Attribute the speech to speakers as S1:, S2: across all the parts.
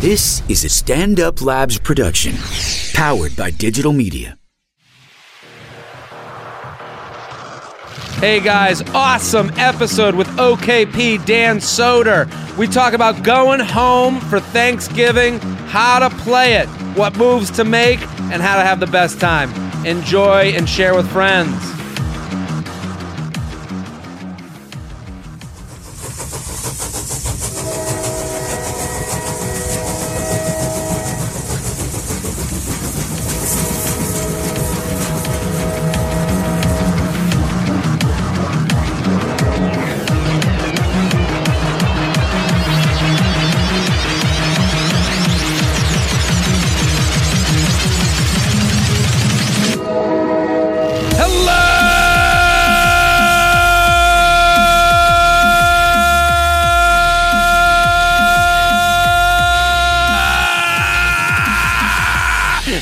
S1: This is a Stand Up Labs production, powered by digital media.
S2: Hey guys, awesome episode with OKP Dan Soder. We talk about going home for Thanksgiving, how to play it, what moves to make, and how to have the best time. Enjoy and share with friends.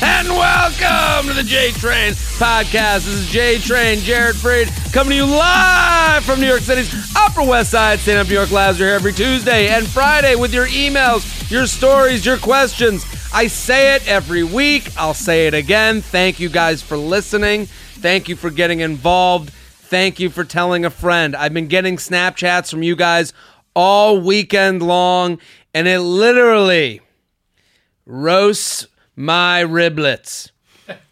S2: And welcome to the J Train podcast. This is J Train, Jared Freed, coming to you live from New York City's Upper West Side. Stand Up New York Labs are here every Tuesday and Friday with your emails, your stories, your questions. I say it every week. I'll say it again. Thank you guys for listening. Thank you for getting involved. Thank you for telling a friend. I've been getting Snapchats from you guys all weekend long, and it literally roasts my riblets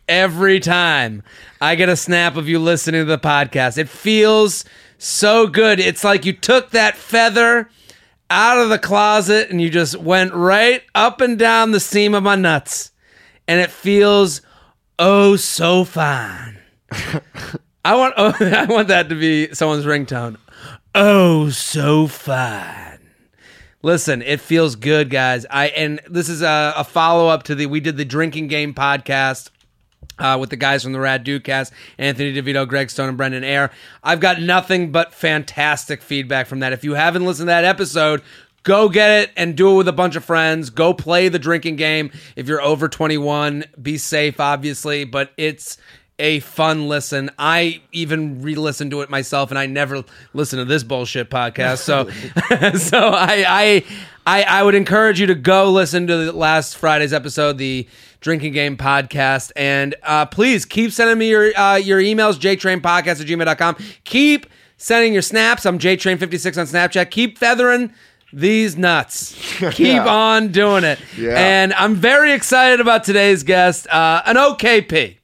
S2: every time I get a snap of you listening to the podcast. It feels so good. It's like you took that feather out of the closet and you just went right up and down the seam of my nuts. And it feels oh so fine. I want oh, I want that to be someone's ringtone. Oh so fine. Listen, it feels good, guys. I and this is a, a follow up to the we did the drinking game podcast uh, with the guys from the Rad Dude cast, Anthony DeVito, Greg Stone, and Brendan Ayer. I've got nothing but fantastic feedback from that. If you haven't listened to that episode, go get it and do it with a bunch of friends. Go play the drinking game. If you're over 21, be safe, obviously, but it's a fun listen. I even re-listened to it myself, and I never listen to this bullshit podcast. So, so I, I, I, I would encourage you to go listen to the last Friday's episode, the Drinking Game podcast, and uh, please keep sending me your uh, your emails, jtrainpodcast at gmail.com. Keep sending your snaps. I'm jtrain56 on Snapchat. Keep feathering these nuts. Keep on doing it.
S3: Yeah.
S2: And I'm very excited about today's guest, uh, an OKP.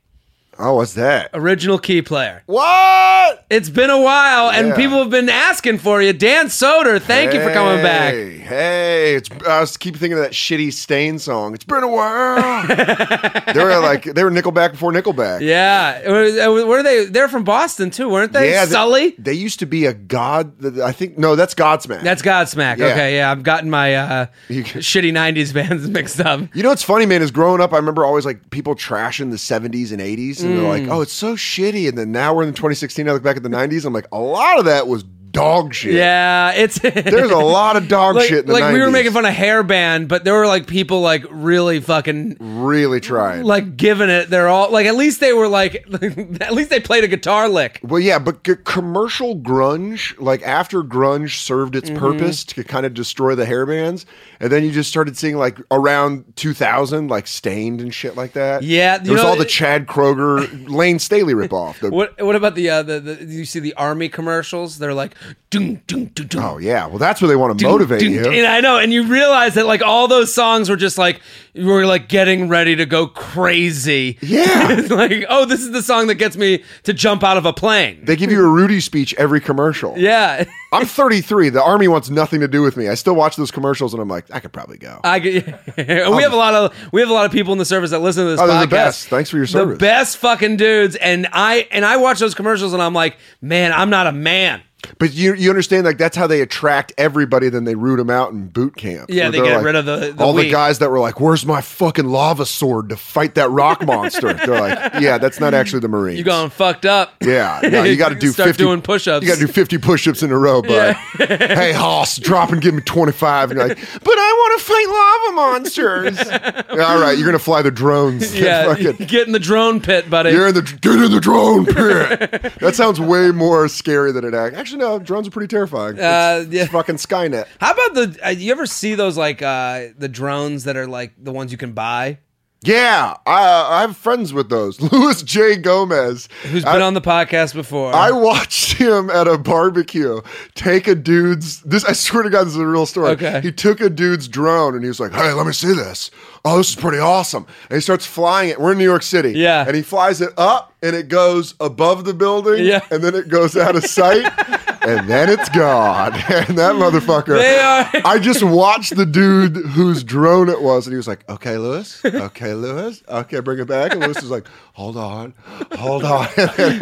S3: Oh, what's that?
S2: Original key player.
S3: What?
S2: It's been a while, and
S3: Yeah.
S2: people have been asking for you. Dan Soder, thank you for coming back.
S3: Hey, Hey, it's I was keep thinking of that shitty Stain song. It's been a while. they were like they were Nickelback before Nickelback.
S2: Yeah, were, were they? They're from Boston too, weren't they?
S3: Yeah, they-
S2: Sully.
S3: They, used to be a god. I think no, that's Godsmack.
S2: That's Godsmack.
S3: Yeah.
S2: Okay, yeah, I've gotten my uh,
S3: You-
S2: shitty '90s bands mixed up.
S3: you know what's funny, man? Is growing up, I remember always like people trashing the '70s and '80s, and they're
S2: Mm.
S3: like, "Oh, it's so shitty." And then now we're in 2016. I look back at the '90s, I'm like, a lot of that was dog shit.
S2: Yeah, it's
S3: There's a lot of dog
S2: like,
S3: shit. In the
S2: like we were
S3: 90s.
S2: making fun of Hairband, but there were like people like really fucking
S3: Really trying.
S2: like giving it. They're all like at least they were like at least they played a guitar lick.
S3: Well, yeah, but c- commercial grunge, like after grunge served
S2: Mm-hmm.
S3: its purpose to kind of destroy the hair bands, and then you just started seeing like around 2000, like Stained and shit like that.
S2: Yeah, you
S3: there was
S2: know-
S3: all the Chad Kroger, Lane Staley ripoff. The,
S2: What what about the, uh, the the you see the army commercials? They're like, dun, dun, dun, dun,
S3: Oh yeah, well that's where they want to motivate
S2: dun,
S3: you.
S2: dun. And I know, and you realize that like all those songs were just like you were like getting ready to go crazy.
S3: Yeah.
S2: It's like oh, this is the song that gets me to jump out of a plane.
S3: They give you a Rudy speech every commercial.
S2: yeah,
S3: I'm 33. The army wants nothing to do with me. I still watch those commercials, and I'm like, I could probably go.
S2: I get, we have a lot of we have a lot of people in the service that listen to this.
S3: Um, Oh, they're
S2: podcast.
S3: the best. Thanks for your
S2: The
S3: service.
S2: best fucking dudes, and I and I watch those commercials, and I'm like, man, I'm not a man.
S3: But you you understand like that's how they attract everybody. Then they root them out in boot camp.
S2: Yeah,
S3: Where
S2: they
S3: they're
S2: get
S3: like-
S2: rid of the- the
S3: all
S2: weak.
S3: the guys that were like, "Where's my fucking lava sword to fight that rock monster?" they're like, "Yeah, that's not actually the Marines."
S2: You going fucked up?
S3: Yeah, no, you got to do
S2: Start
S3: 50,
S2: doing push-ups.
S3: You got to do fifty push-ups in a row, bud. hey, Hoss, drop and give me twenty-five. And you're like, but I want to fight lava monsters. All right, you're gonna fly the drones.
S2: Yeah,
S3: Fucking-
S2: get in the drone pit, buddy.
S3: you're in the get in the drone pit. that sounds way more scary than it act- actually. Actually, no, drones are pretty terrifying. It's-
S2: Uh, yeah.
S3: it's fucking Skynet.
S2: How about the? Uh, you ever see those like uh the drones that are like the ones you can buy?
S3: Yeah, I, I have friends with those. Louis J. Gomez.
S2: Who's been on the podcast before?
S3: I watched him at a barbecue take a dude's. This I swear to God, this is a real story.
S2: Okay.
S3: He took a dude's drone and he was like, "Hey, let me see this. Oh, this is pretty awesome." And he starts flying it. We're in New York City.
S2: Yeah.
S3: And he flies it up and it goes above the building.
S2: Yeah.
S3: And then it goes out of sight. And then it's gone. And that motherfucker.
S2: They are-
S3: I just watched the dude whose drone it was, and he was like, "Okay, Lewis. Okay, Lewis. Okay, bring it back." And Lewis was like, "Hold on, hold on." And then it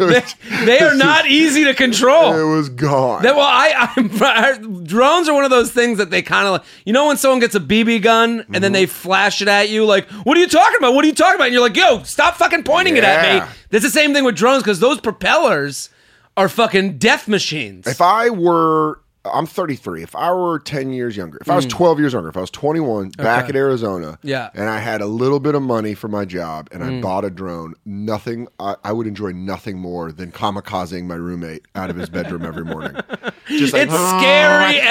S3: was-
S2: they are not easy to
S3: it
S2: control.
S3: was gone.
S2: Oh. That well, I, I'm drones are one of those things that they kind of like. You know when someone gets a BB gun and
S3: Mm-hmm.
S2: then they flash it at you, like, "What are you talking about? What are you talking about?" And you're like, "Yo, stop fucking pointing it at
S3: Yeah.
S2: me." That's the same thing with drones because those propellers are fucking death machines.
S3: if I were, I'm 33. If I were 10 years younger, if I was 12 years younger, if I was 21, back at Arizona,
S2: Hmm. Yeah. Hmm.
S3: and I had a little bit of money for my job, and I bought a drone, nothing. I, I would enjoy nothing more than kamikazing my roommate out of his bedroom every morning. Just like,
S2: It's scary
S3: "Oh,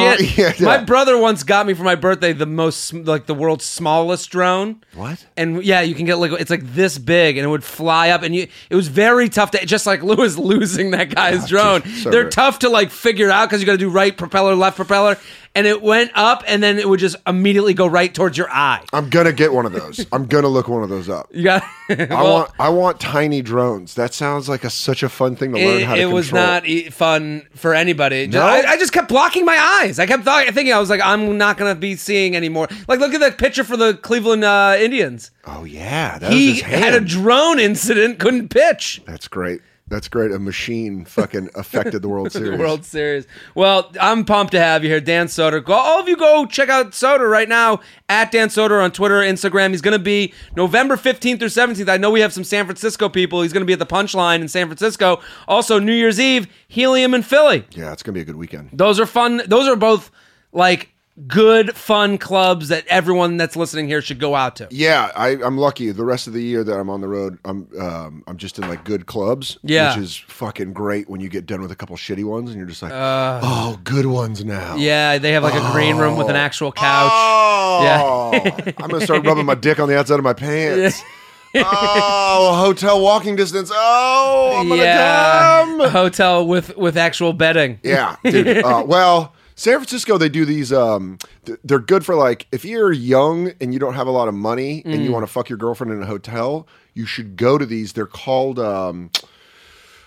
S2: as shit.
S3: yeah, yeah.
S2: My brother once got me for my birthday the most, sm- like the world's smallest drone.
S3: What?
S2: And yeah, you can get like it's like this big, and it would fly up, and you. It was very tough to just like Lewis losing that guy's drone.
S3: dude, so
S2: They're
S3: great.
S2: tough to like figure out because you got to do right propeller, left propeller, and it went up, and then it would just immediately go right towards your eye.
S3: I'm gonna get one of those. I'm gonna look one of those up.
S2: You got.
S3: I
S2: Well,
S3: want I want tiny drones. That sounds like a, such a fun thing to learn
S2: it,
S3: how to
S2: it was
S3: control.
S2: not e- fun for anybody. Ju-
S3: No?
S2: I, I just kept blocking my eyes. I kept th- thinking I was like, I'm not gonna be seeing anymore. Like, look at that picture for the Cleveland uh, Indians.
S3: Oh yeah, that was
S2: He
S3: his
S2: had a
S3: hand.
S2: drone incident, couldn't pitch.
S3: That's great. That's great. A machine fucking affected the World Series.
S2: World Series. Well, I'm pumped to have you here, Dan Soder. Go, all of you go check out Soder right now at Dan Soder on Twitter, Instagram. He's going to be November 15th through 17th. I know we have some San Francisco people. He's going to be at the Punchline in San Francisco. Also, New Year's Eve, Helium in Philly.
S3: Yeah, it's gonna be a good weekend.
S2: Those are fun. Those are both like good, fun clubs that everyone that's listening here should go out to.
S3: Yeah, I, I'm lucky. The rest of the year that I'm on the road, I'm um, I'm just in like good clubs.
S2: Yeah.
S3: which is fucking great when you get done with a couple shitty ones and you're just like, oh, good ones now.
S2: Uh. Yeah, they have like a green room with an actual couch.
S3: Oh, I'm gonna start rubbing my dick on the outside of my pants. oh, hotel walking distance. Oh, I'm gonna
S2: yeah,
S3: come.
S2: a hotel with with actual bedding.
S3: Yeah, dude. Uh, well, San Francisco, they do these. Um, th- they're good for like if you're young and you don't have a lot of money and
S2: Mm.
S3: you want to fuck your girlfriend in a hotel, you should go to these. They're called. Um,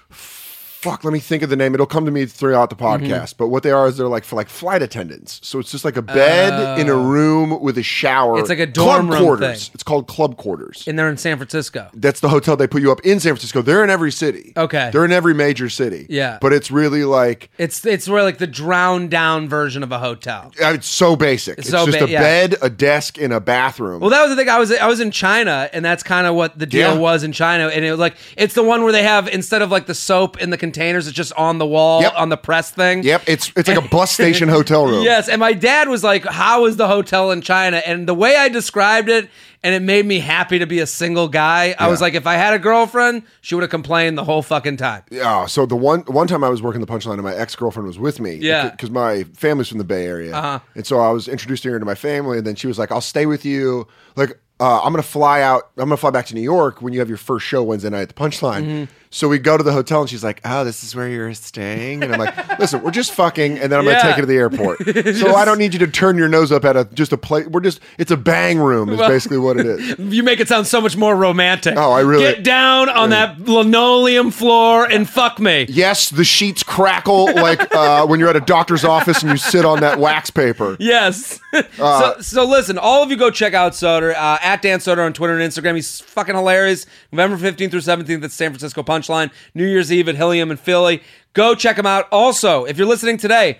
S3: Fuck, let me think of the name. It'll come to me throughout the
S2: Mm-hmm.
S3: podcast. But what they are is they're like for like flight attendants. So it's just like a bed in a room with a shower.
S2: Oh. It's like a dorm
S3: club
S2: room
S3: quarters.
S2: thing.
S3: It's called club quarters.
S2: And they're in San Francisco.
S3: That's the hotel they put you up in San Francisco. They're in every city.
S2: Okay.
S3: They're in every major city.
S2: Yeah.
S3: But it's really like
S2: It's it's where like the drowned down version of a hotel.
S3: Uh, It's so basic. It's,
S2: so
S3: just
S2: ba-
S3: a
S2: yeah.
S3: bed, a desk, and a bathroom.
S2: Well, that was the thing. I was I was in China, and that's kind of what the deal
S3: Yeah.
S2: was in China. And it was like it's the one where they have instead of like the soap in the containers, it's just on the wall
S3: Yep.
S2: on the press thing.
S3: yep, it's it's like a bus station hotel room.
S2: Yes, and my dad was like, "How is the hotel in China?" And the way I described it, and it made me happy to be a single guy. I was
S3: Yeah.
S2: like, if I had a girlfriend, she would have complained the whole fucking time.
S3: Yeah. Ah, So the one one time I was working the punchline, and my ex girlfriend was with me.
S2: Yeah. Uh-huh.
S3: Because my family's from the Bay Area, and so I was introducing her to my family, and then she was like, "I'll stay with you." Like. Uh, I'm gonna fly out. I'm gonna fly back to New York when you have your first show Wednesday night at the Punchline.
S2: Mm-hmm.
S3: So we go to the hotel, and she's like, "Oh, this is where you're staying." And I'm like, "Listen, we're just fucking, and then I'm
S2: Yeah.
S3: gonna take you to the airport. so I don't need you to turn your nose up at a just a place. We're just it's a bang room is basically what it is.
S2: You make it sound so much more romantic.
S3: Oh, I really-
S2: get down on that linoleum floor and fuck me.
S3: Yes, the sheets crackle like uh, when you're at a doctor's office and you sit on that wax paper.
S2: Yes.
S3: Uh,
S2: so, so listen, all of you go check out Soder uh, at Dan Soder on Twitter and Instagram. He's fucking hilarious. November 15th through 17th at San Francisco Punchline. New Year's Eve at Helium in Philly. Go check him out. Also, if you're listening today,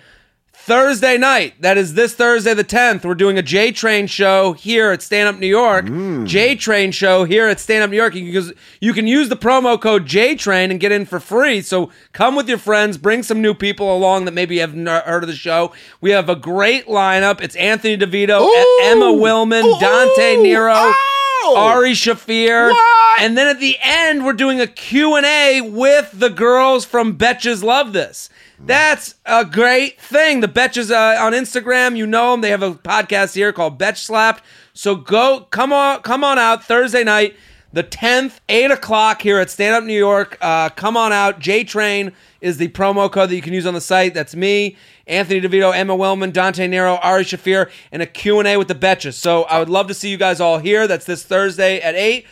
S2: Thursday night, that is this Thursday the 10th, we're doing a J Train show here at Stand Up New York.
S3: Mm.
S2: J Train show here at Stand Up New York. You can, use, you can use the promo code J Train and get in for free. So come with your friends, bring some new people along that maybe have not heard of the show. We have a great lineup. It's Anthony DeVito, E-
S3: Ooh.
S2: Emma Willman,
S3: Ooh.
S2: Dante Nero,
S3: Ow.
S2: Ari Shafir.
S3: What?
S2: And then at the end, we're doing a Q&A with the girls from Betches Love This. That's a great thing. The Betches uh, on Instagram, you know them. They have a podcast here called Betch Slapped. So go, come on, come on out Thursday night, the tenth, eight o'clock here at Stand Up New York. Uh, come on out. J Train is the promo code that you can use on the site. That's me, Anthony DeVito, Emma Wellman, Dante Nero, Ari Shafir, and a Q and A with the Betches. So I would love to see you guys all here. That's this Thursday at eight.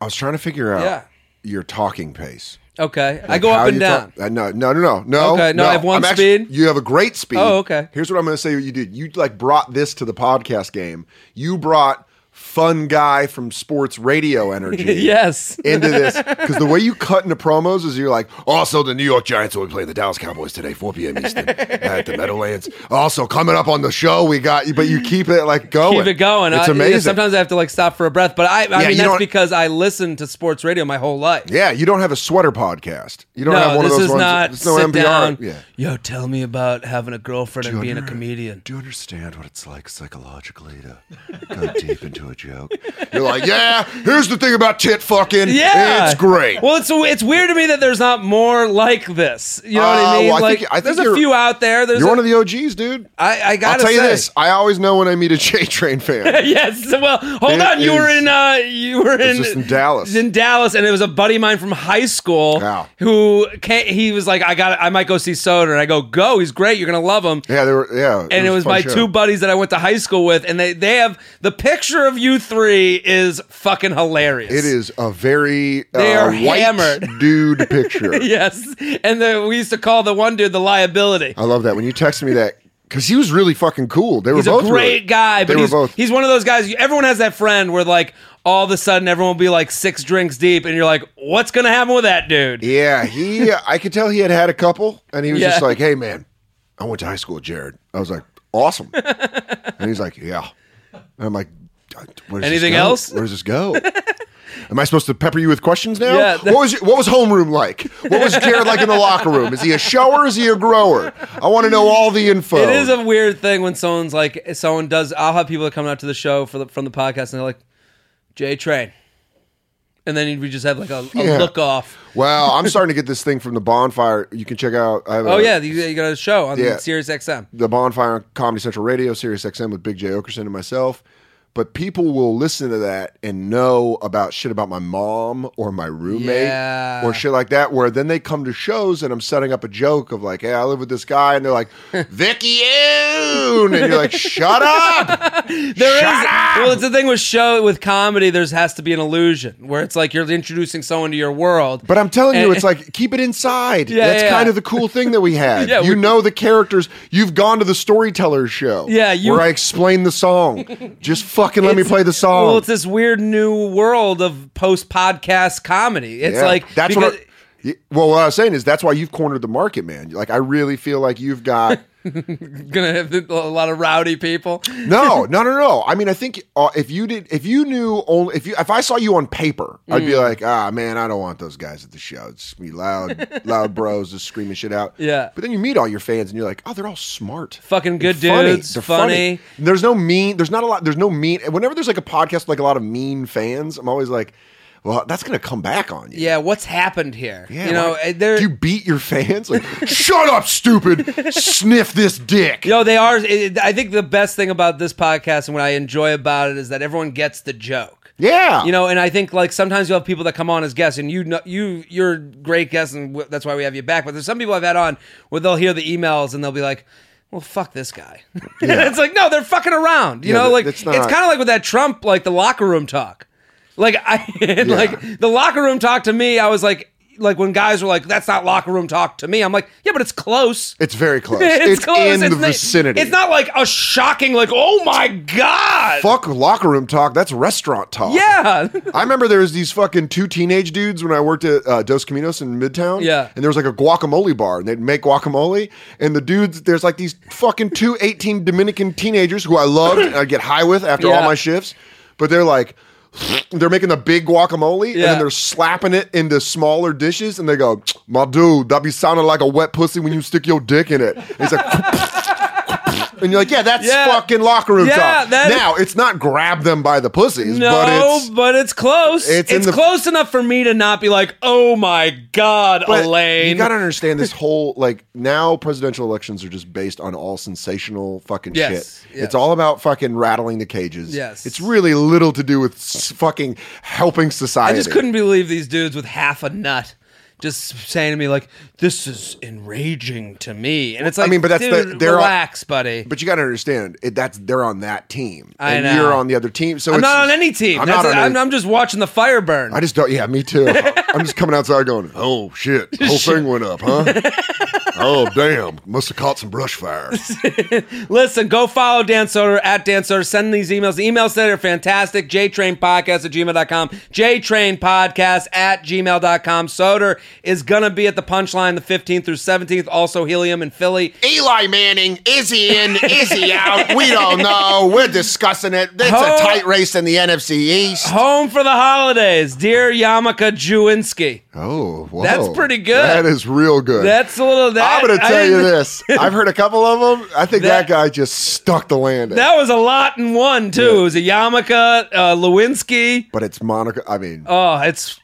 S3: I was trying to figure out
S2: Yeah.
S3: your talking pace.
S2: Okay, I go
S3: How
S2: up and
S3: you
S2: down.
S3: talk- uh, no, no, no, no, no.
S2: Okay, no, I have one
S3: I'm actually-
S2: speed.
S3: you have a great speed.
S2: Oh, okay.
S3: Here's what I'm going to say. You did. You like brought this to the podcast game. You brought fun guy from sports radio energy.
S2: yes.
S3: into this because the way you cut into promos is you're like, also the New York Giants will be playing the Dallas Cowboys today, 4 p.m. Eastern at the Meadowlands. Also coming up on the show, we got you, but you keep it like going.
S2: keep it going.
S3: It's
S2: I-
S3: amazing.
S2: sometimes I have to like stop for a breath, but I, I mean
S3: you
S2: that's
S3: don't-
S2: because I listened to sports radio my whole life.
S3: yeah, you don't have a sweater podcast. You don't
S2: no,
S3: have one
S2: this
S3: of those
S2: is
S3: ones.
S2: not
S3: it's
S2: sit
S3: NPR.
S2: down.
S3: Yeah.
S2: Yo, tell me about having a girlfriend and being a comedian.
S3: Do you understand what it's like psychologically to go deep into a joke? You're like, yeah, here's the thing about tit fucking.
S2: Yeah,
S3: It's great.
S2: Well, it's it's weird to me that there's not more like this. You know what
S3: Uh,
S2: I mean?
S3: well, I
S2: like,
S3: think- I think
S2: there's a
S3: you're-
S2: few out there. There's
S3: You're
S2: a-
S3: one of the OGs, dude.
S2: I, I
S3: I'll
S2: gotta
S3: tell you
S2: say.
S3: this. I always know when I meet a J Train fan.
S2: yes. Well, hold
S3: It
S2: on. you were
S3: is-
S2: in. Uh, you were in,
S3: just in Dallas.
S2: In Dallas, and it was a buddy of mine from high school
S3: Wow.
S2: who ca he was like, "I got. I might go see Soder." And I go, "Go. He's great. You're gonna love him."
S3: Yeah, they were. Yeah,
S2: And it was,
S3: a fun
S2: my
S3: show.
S2: two buddies that I went to high school with, and they they have the picture of you three is fucking hilarious.
S3: It is a very
S2: They
S3: uh,
S2: are
S3: white
S2: hammered.
S3: dude picture.
S2: Yes, and the, we used to call the one dude the liability.
S3: I love that when you texted me that because he was really fucking cool. They Uh, were
S2: He's a
S3: both
S2: great
S3: really-
S2: guy,
S3: they
S2: but
S3: were
S2: he's,
S3: both.
S2: he's one of those guys. Everyone has that friend where like all of a sudden everyone will be like six drinks deep, and you're like, what's gonna happen with that dude?
S3: yeah, he. uh, I could tell he had had a couple, and he was just
S2: Yeah.
S3: like, "Hey, man, I went to high school, with Jared." I was like, "Awesome," and he's like, "Yeah," and I'm like, "Uh, Where does this
S2: Anything
S3: go?
S2: else?
S3: Where does this go? Am I supposed to pepper you with questions now?
S2: Yeah, that-
S3: what was your, what was homeroom like? What was Jared like in the locker room? Is he a shower? Is he a grower? I want to know all the info.
S2: It is a weird thing when someone's like, someone does. I'll have people that come out to the show for the, from the podcast, and they're like, J Train, and then we just have like a, a
S3: Yeah.
S2: look off.
S3: Well, I'm starting to get this thing from the bonfire. You can check out. I have
S2: Oh
S3: a-
S2: yeah, you, you got a show on
S3: Yeah.
S2: Sirius XM.
S3: the bonfire on Comedy Central Radio, Sirius XM with Big J Okerson and myself. But people will listen to that and know about shit about my mom or my roommate
S2: Yeah.
S3: or shit like that. Where then they come to shows and I'm setting up a joke of like, "Hey, I live with this guy," and they're like, "Vicky Oon," and you're like, "Shut up!"
S2: There is.
S3: Shut up!
S2: Well, it's the thing with show with comedy. There's has to be an illusion where it's like you're introducing someone to your world.
S3: But I'm telling you,
S2: And-
S3: it's like keep it inside.
S2: Yeah,
S3: That's
S2: yeah,
S3: kind
S2: yeah.
S3: of the cool thing that we had.
S2: Yeah,
S3: you
S2: we-
S3: know the characters. You've gone to the storyteller show.
S2: Yeah, you-
S3: where I explain the song. Just fucking let me
S2: It's-
S3: play the song.
S2: Well, it's this weird new world of post podcast comedy. It's
S3: Yeah.
S2: like
S3: that's
S2: because,
S3: what. I- y- well, what I was saying is that's why you've cornered the market, man. Like I really feel like you've got
S2: gonna have a lot of rowdy people.
S3: no, no, no, no. I mean, I think uh, if you did, if you knew only, if you, if I saw you on paper, I'd
S2: Mm.
S3: be like, ah, man, I don't want those guys at the show. It's me loud, loud bros just screaming shit out.
S2: Yeah.
S3: But then you meet all your fans, and you're like, oh, they're all smart,
S2: Fucking good
S3: and funny.
S2: dudes,
S3: They're
S2: funny.
S3: There's no mean. There's not a lot. There's no mean. and Whenever there's like a podcast with like a lot of mean fans, I'm always like, well, that's gonna come back on you.
S2: Yeah, what's happened here?
S3: Yeah,
S2: you know,
S3: like,
S2: there.
S3: do you beat your fans? Like, shut up, stupid! Sniff this dick.
S2: Yo, they are. It, I think the best thing about this podcast and what I enjoy about it is that everyone gets the joke.
S3: Yeah,
S2: You know, and I think like sometimes you have people that come on as guests, and you know, you you're a great guest, and w- that's why we have you back. But there's some people I've had on where they'll hear the emails and they'll be like, "Well, fuck this guy." and it's like, no, they're fucking around. You
S3: Yeah,
S2: know,
S3: that-
S2: like
S3: that's
S2: it's
S3: not-
S2: kind of like with that Trump, like the locker room talk. Like I like the locker room talk to me. I was like, like when guys were like, "That's not locker room talk to me." I'm like, yeah, but it's close.
S3: it's very close.
S2: It's,
S3: It's,
S2: close.
S3: in
S2: it's
S3: the
S2: not,
S3: vicinity.
S2: It's not like a shocking, like, oh my god.
S3: fuck locker room talk. That's restaurant talk.
S2: Yeah.
S3: I remember there was these fucking two teenage dudes when I worked at uh, Dos Caminos in Midtown.
S2: Yeah.
S3: And there was like a guacamole bar and they'd make guacamole. And the dudes, there's like these fucking two 18 Dominican teenagers who I loved and I'd get high with after all
S2: Yeah.
S3: my shifts. But they're like, they're making the big guacamole and
S2: Yeah.
S3: then they're slapping it into smaller dishes and they go, my dude, that be sounding like a wet pussy when you stick your dick in it. And he's like, And you're like, yeah, that's
S2: Yeah.
S3: fucking locker room
S2: Yeah,
S3: talk.
S2: that-
S3: Now, it's not grab them by the pussies,
S2: No,
S3: but it's.
S2: close. It's,
S3: it's in the-
S2: close enough for me to not be like, oh my god,
S3: but
S2: Elaine.
S3: You got to understand this whole, like, now presidential elections are just based on all sensational fucking
S2: Yes,
S3: shit.
S2: yes.
S3: It's all about fucking rattling the cages.
S2: Yes.
S3: It's really little to do with s- fucking helping
S2: I
S3: society.
S2: just couldn't believe these dudes with half a nut just saying to me like, this is enraging to me, and it's like,
S3: I mean, but that's the-
S2: dude,
S3: they're all-
S2: relax, buddy.
S3: But you got to understand, it, that's they're on that team,
S2: I
S3: and
S2: know.
S3: you're on the other team. So
S2: I'm
S3: it's,
S2: not on any team.
S3: I'm
S2: That's
S3: not on
S2: it. I'm,
S3: any-
S2: I'm just watching the fire burn.
S3: I just don't. Yeah, me too. I'm just coming outside going, oh shit, whole thing went up, huh? oh damn, must have caught some brush fire.
S2: Listen, go follow Dan Soder at Dan Soder. Send these emails. The emails that are fantastic. JTrainPodcast at gmail.com. JTrainPodcast at gmail.com. Soder is going to be at the punchline the 15th through 17th. Also, Helium in Philly.
S3: Eli Manning, is he in? Is he out? We don't know. We're discussing it. It's
S2: Ho-
S3: a tight race in the NFC East.
S2: Home for the holidays. Dear Yamaka Jewinski.
S3: Oh, whoa.
S2: That's pretty good.
S3: That is real good.
S2: That's a little that.
S3: I'm going to
S2: I
S3: tell you
S2: didn't-
S3: this. I've heard a couple of them. I think
S2: That-
S3: that, guy just stuck the landing.
S2: That was a lot in one, too. It was a Yamaka, uh, Lewinsky.
S3: but it's Monica. I mean,
S2: Oh, it's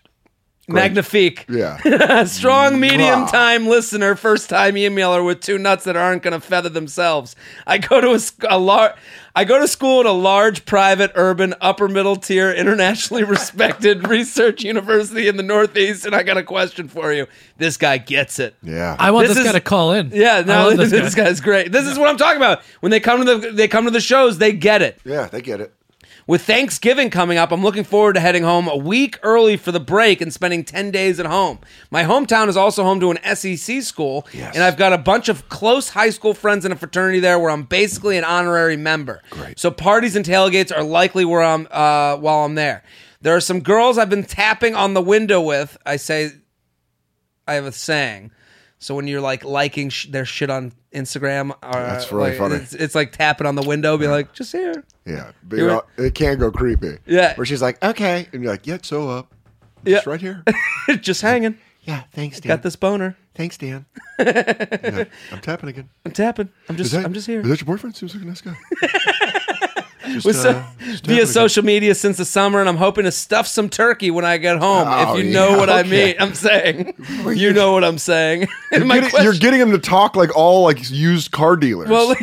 S2: magnifique.
S3: yeah.
S2: A strong medium
S3: Mwah.
S2: time listener, first time emailer with two nuts that aren't going to feather themselves. I go to a, sc- a lar- I go to school at a large private urban upper middle tier internationally respected research university in the Northeast and I got a question for you. This guy gets it.
S3: Yeah.
S4: I want
S2: This
S4: this,
S2: is-
S4: guy to call in.
S2: Yeah,
S4: I
S2: no,
S4: love
S2: this,
S4: this guy.
S2: guy's great. This is what I'm talking about. When they come to the they come to the shows, they get it.
S3: yeah, they get it.
S2: With Thanksgiving coming up, I'm looking forward to heading home a week early for the break and spending 10 days at home. My hometown is also home to an SEC school, and I've got a bunch of close high school friends in a fraternity there where I'm basically an honorary member. Great. So parties and tailgates are likely where I'm uh, while I'm there. There are some girls I've been tapping on the window with. I say I have a saying. So when you're like liking sh- their shit on Instagram, or,
S3: That's really
S2: like,
S3: funny.
S2: It's, it's like tapping on the window, be like, just here.
S3: Yeah, but
S2: You're-
S3: you know, it can go creepy.
S2: Yeah.
S3: where she's like, "Okay," and you're like, "Yeah, so up,
S2: Yeah.
S3: it's right here."
S2: just hanging.
S3: yeah, thanks, Dan.
S2: Got this boner.
S3: Thanks, Dan. You're like, I'm tapping again.
S2: I'm tapping. I'm
S3: Is
S2: just
S3: that-
S2: I'm just here.
S3: Is that your boyfriend? Seems like a nice guy. just,
S2: With so-
S3: uh, just tapping
S2: via
S3: again.
S2: social media since the summer, and I'm hoping to stuff some turkey when I get home.
S3: Oh,
S2: if you know
S3: yeah,
S2: what I
S3: okay.
S2: mean, I'm saying. you know what I'm saying. And
S3: You're
S2: my
S3: getting, you're getting him to talk like all like used car dealers.
S2: well, look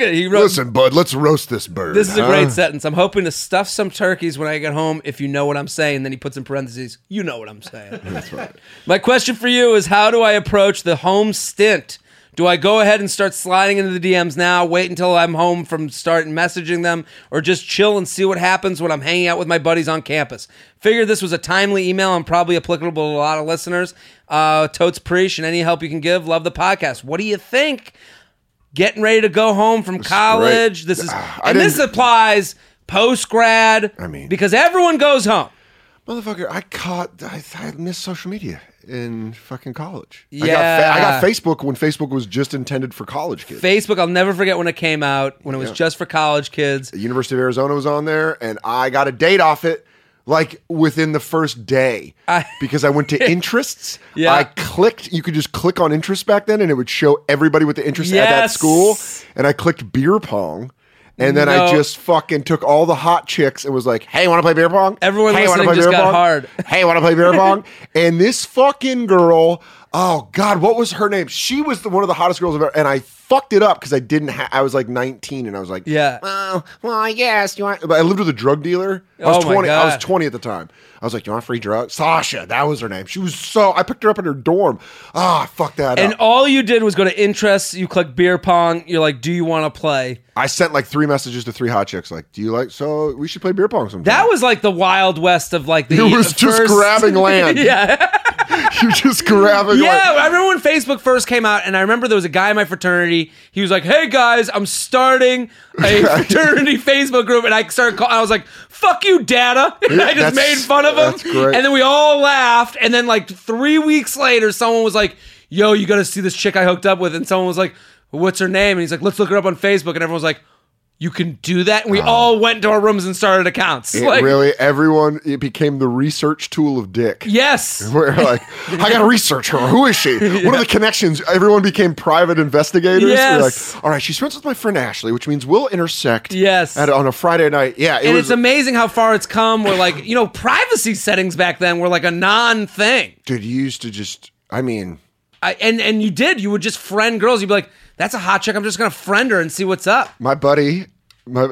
S2: at it. He wrote,
S3: listen, bud, let's roast this bird.
S2: this is a
S3: huh?
S2: great sentence. I'm hoping to stuff some turkeys when I get home. If you know what I'm saying, then he puts in parentheses. You know what I'm saying. That's right. My question for you is: How do I approach the home stint? Do I go ahead and start sliding into the DMs now? Wait until I'm home from start messaging them, or just chill and see what happens when I'm hanging out with my buddies on campus? Figured this was a timely email and probably applicable to a lot of listeners. Uh, totes preach and any help you can give. Love the podcast. What do you think? getting ready to go home from college. This is
S3: Ah, I
S2: and this
S3: didn't-
S2: applies post grad.
S3: I mean-
S2: because everyone goes home.
S3: Motherfucker, I caught, I, I missed social media in fucking college.
S2: Yeah.
S3: I got, fa- I got Facebook when Facebook was just intended for college kids.
S2: Facebook, I'll never forget when it came out when it was just for college kids.
S3: The University of Arizona was on there, and I got a date off it like within the first day
S2: I-
S3: because I went to interests.
S2: Yeah.
S3: I clicked. You could just click on interests back then, and it would show everybody with the interest at that
S2: Yes.
S3: school. And I clicked beer pong. And then I
S2: No.
S3: just fucking took all the hot chicks and was like, "Hey, want to play beer pong?
S2: Everyone
S3: hey, wanna
S2: listening just got hard.
S3: Hey, want to play beer pong?" and this fucking girl, oh god, what was her name? She was the, one of the hottest girls I've ever. And I fucked it up because I didn't. Ha- I was like 19, and I was like,
S2: Yeah.
S3: well, well, I guess you want. But I lived with a drug dealer. I was
S2: Oh, my
S3: 20. I
S2: God.
S3: was 20 at the time. I was like, you want free drugs? Sasha, that was her name. She was so. I picked her up in her dorm. Ah, fuck that.
S2: And
S3: up.
S2: all you did was go to interests, you click beer pong, you're like, do you want to play?
S3: I sent like three messages to three hot chicks. Like, do you like? So we should play beer pong sometime.
S2: That was like the wild west of like the
S3: It was just
S2: first-
S3: grabbing land.
S2: yeah.
S3: You're just grabbing. like-
S2: Yeah, I remember when Facebook first came out, and I remember there was a guy in my fraternity. He was like, "Hey guys, I'm starting a fraternity Facebook group," and I started. Call- I was like, "Fuck you, Data!" And I just
S3: that's-
S2: made fun of him,
S3: that's great.
S2: and then we all laughed. And then like three weeks later, someone was like, "Yo, you got to see this chick I hooked up with," and someone was like, "What's her name?" And he's like, "Let's look her up on Facebook," and everyone was like. you can do that. And we all went to our rooms and started accounts.
S3: It really, everyone, it became the research tool of dick.
S2: yes.
S3: We're like, I gotta research her. Who is she? What are the connections? Everyone became private investigators. We're
S2: Yes.
S3: like, all right, she's friends with my friend Ashley, which means we'll intersect.
S2: Yes.
S3: At, on a Friday night. Yeah. It
S2: and
S3: was,
S2: it's amazing how far it's come. Where like you know, privacy settings back then were like a non thing.
S3: dude, you used to just. I mean,
S2: I, and and you did. You would just friend girls. You'd be like, "That's a hot chick. I'm just gonna friend her and see what's up."
S3: my buddy. My,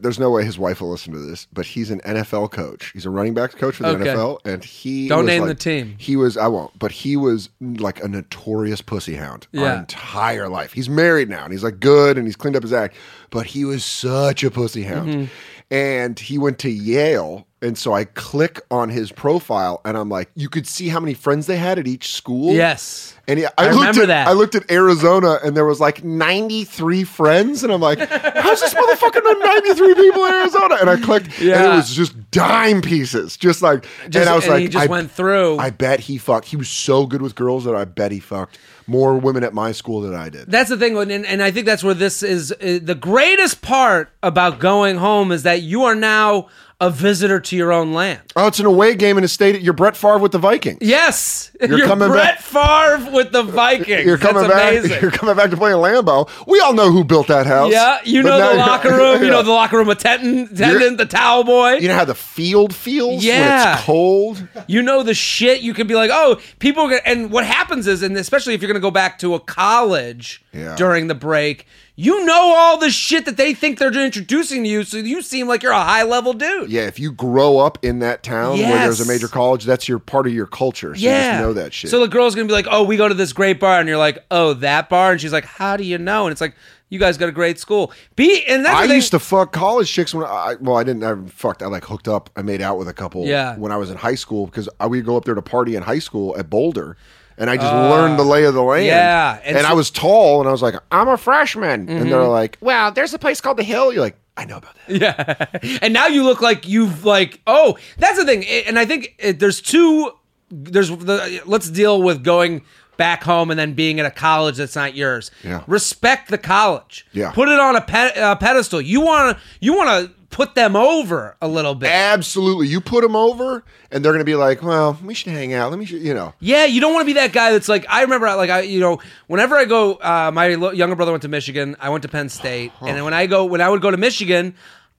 S3: there's no way his wife will listen to this, but he's an NFL coach. He's a running backs coach for the
S2: Okay.
S3: NFL, and he
S2: Don't
S3: was
S2: name
S3: like-
S2: the team.
S3: He was I won't, but he was mm, like a notorious pussy hound our
S2: Yeah.
S3: entire life. He's married now, and he's like good, and he's cleaned up his act, but he was such a pussy hound.
S2: Mm-hmm.
S3: And he went to Yale, and so I click on his profile, and I'm like, you could see how many friends they had at each school.
S2: Yes.
S3: And yeah,
S2: I
S3: I, looked
S2: remember
S3: at,
S2: that.
S3: I looked at Arizona and there was like 93 friends. And I'm like, how's this motherfucker know 93 people in Arizona? And I clicked and
S2: Yeah.
S3: it was just dime pieces. Just like,
S2: Just-
S3: and I was
S2: and
S3: like,
S2: he just
S3: I,
S2: went through.
S3: I bet he fucked. He was so good with girls that I bet he fucked more women at my school than I did.
S2: That's the thing, and, and I think that's where this is. uh, The greatest part about going home is that you are now a visitor to your own land.
S3: Oh, it's an away game in a state. You're Brett Favre with the Vikings.
S2: Yes,
S3: You're coming
S2: Brett Favre with the Vikings.
S3: You're coming
S2: That's
S3: back.
S2: Amazing.
S3: You're coming back to play in Lambeau. We all know who built that house.
S2: yeah, you
S3: But
S2: know the
S3: now-
S2: locker room. You
S3: Yeah.
S2: know the locker room attendant, attendant the towel boy.
S3: You know how the field feels when
S2: Yeah.
S3: it's cold.
S2: You know the shit. You can be like, oh, people. Are gonna, and what happens is, and especially if you're going to go back to a college
S3: Yeah.
S2: during the break, you know all the shit that they think they're introducing to you. So you seem like you're a high level dude.
S3: Yeah, if you grow up in that town where there's a
S2: Yes.
S3: major college, that's your part of your culture. So you
S2: yeah,
S3: just know that shit.
S2: So the girl's gonna be like, "Oh, we go to this great bar," and you're like, "Oh, that bar," and she's like, "How do you know?" And it's like, "You guys go to great school." Be and that's
S3: I
S2: the thing-
S3: used to fuck college chicks when I well I didn't I fucked I like hooked up I made out with a couple
S2: Yeah.
S3: when I was in high school because I would go up there to party in high school at Boulder and I just learned the lay of the land
S2: Uh, yeah, and
S3: and,
S2: so- Mm-hmm.
S3: I was tall and I was like I'm a freshman and they're like well there's a place called the Hill you're like I know about that
S2: Yeah. And now you look like you've like oh, that's the thing. It- And I think it, there's two there's the let's deal with going back home and then being at a college that's not yours.
S3: Yeah.
S2: Respect the college.
S3: Yeah.
S2: Put it on a pe- uh, pedestal. You want to you want to put them over a little bit.
S3: absolutely you put them over and they're gonna be like well we should hang out let me sh-, you know
S2: Yeah, you don't want to be that guy that's like I remember like I you know whenever I go uh, my lo- younger brother went to Michigan, I went to Penn State, and then when I go when I would go to Michigan,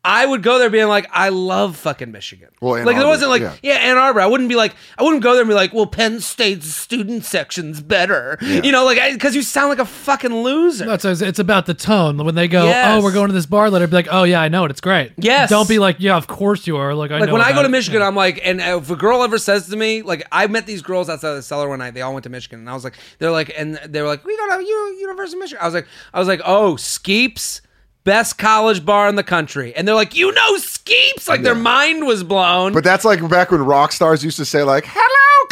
S2: I would go there being like I love fucking Michigan.
S3: Well, Ann
S2: like there
S3: Arbor,
S2: wasn't like
S3: yeah.
S2: yeah. Ann Arbor. I wouldn't be like I wouldn't go there and be like well Penn State's student section's better. You know like because you sound like a fucking loser.
S4: That's it's, it's about the tone. When they go,
S2: Yes.
S4: "Oh, we're going to this bar," let her be like, "Oh yeah, I know it. It's great."
S2: Yes.
S4: Don't be like, "Yeah, of course you are." Like, I
S2: like
S4: know
S2: when I
S4: about
S2: go to
S4: it."
S2: Michigan, I'm like, and if a girl ever says to me, like, I met these girls outside the cellar one night. They all went to Michigan, and I was like, they're like, and they were like, we go to U- University of Michigan. I was like, I was like, oh, Skeeps, best college bar in the country, and they're like, you know, Skeeps. Like their mind was blown.
S3: But that's like back when rock stars used to say like, "Hello,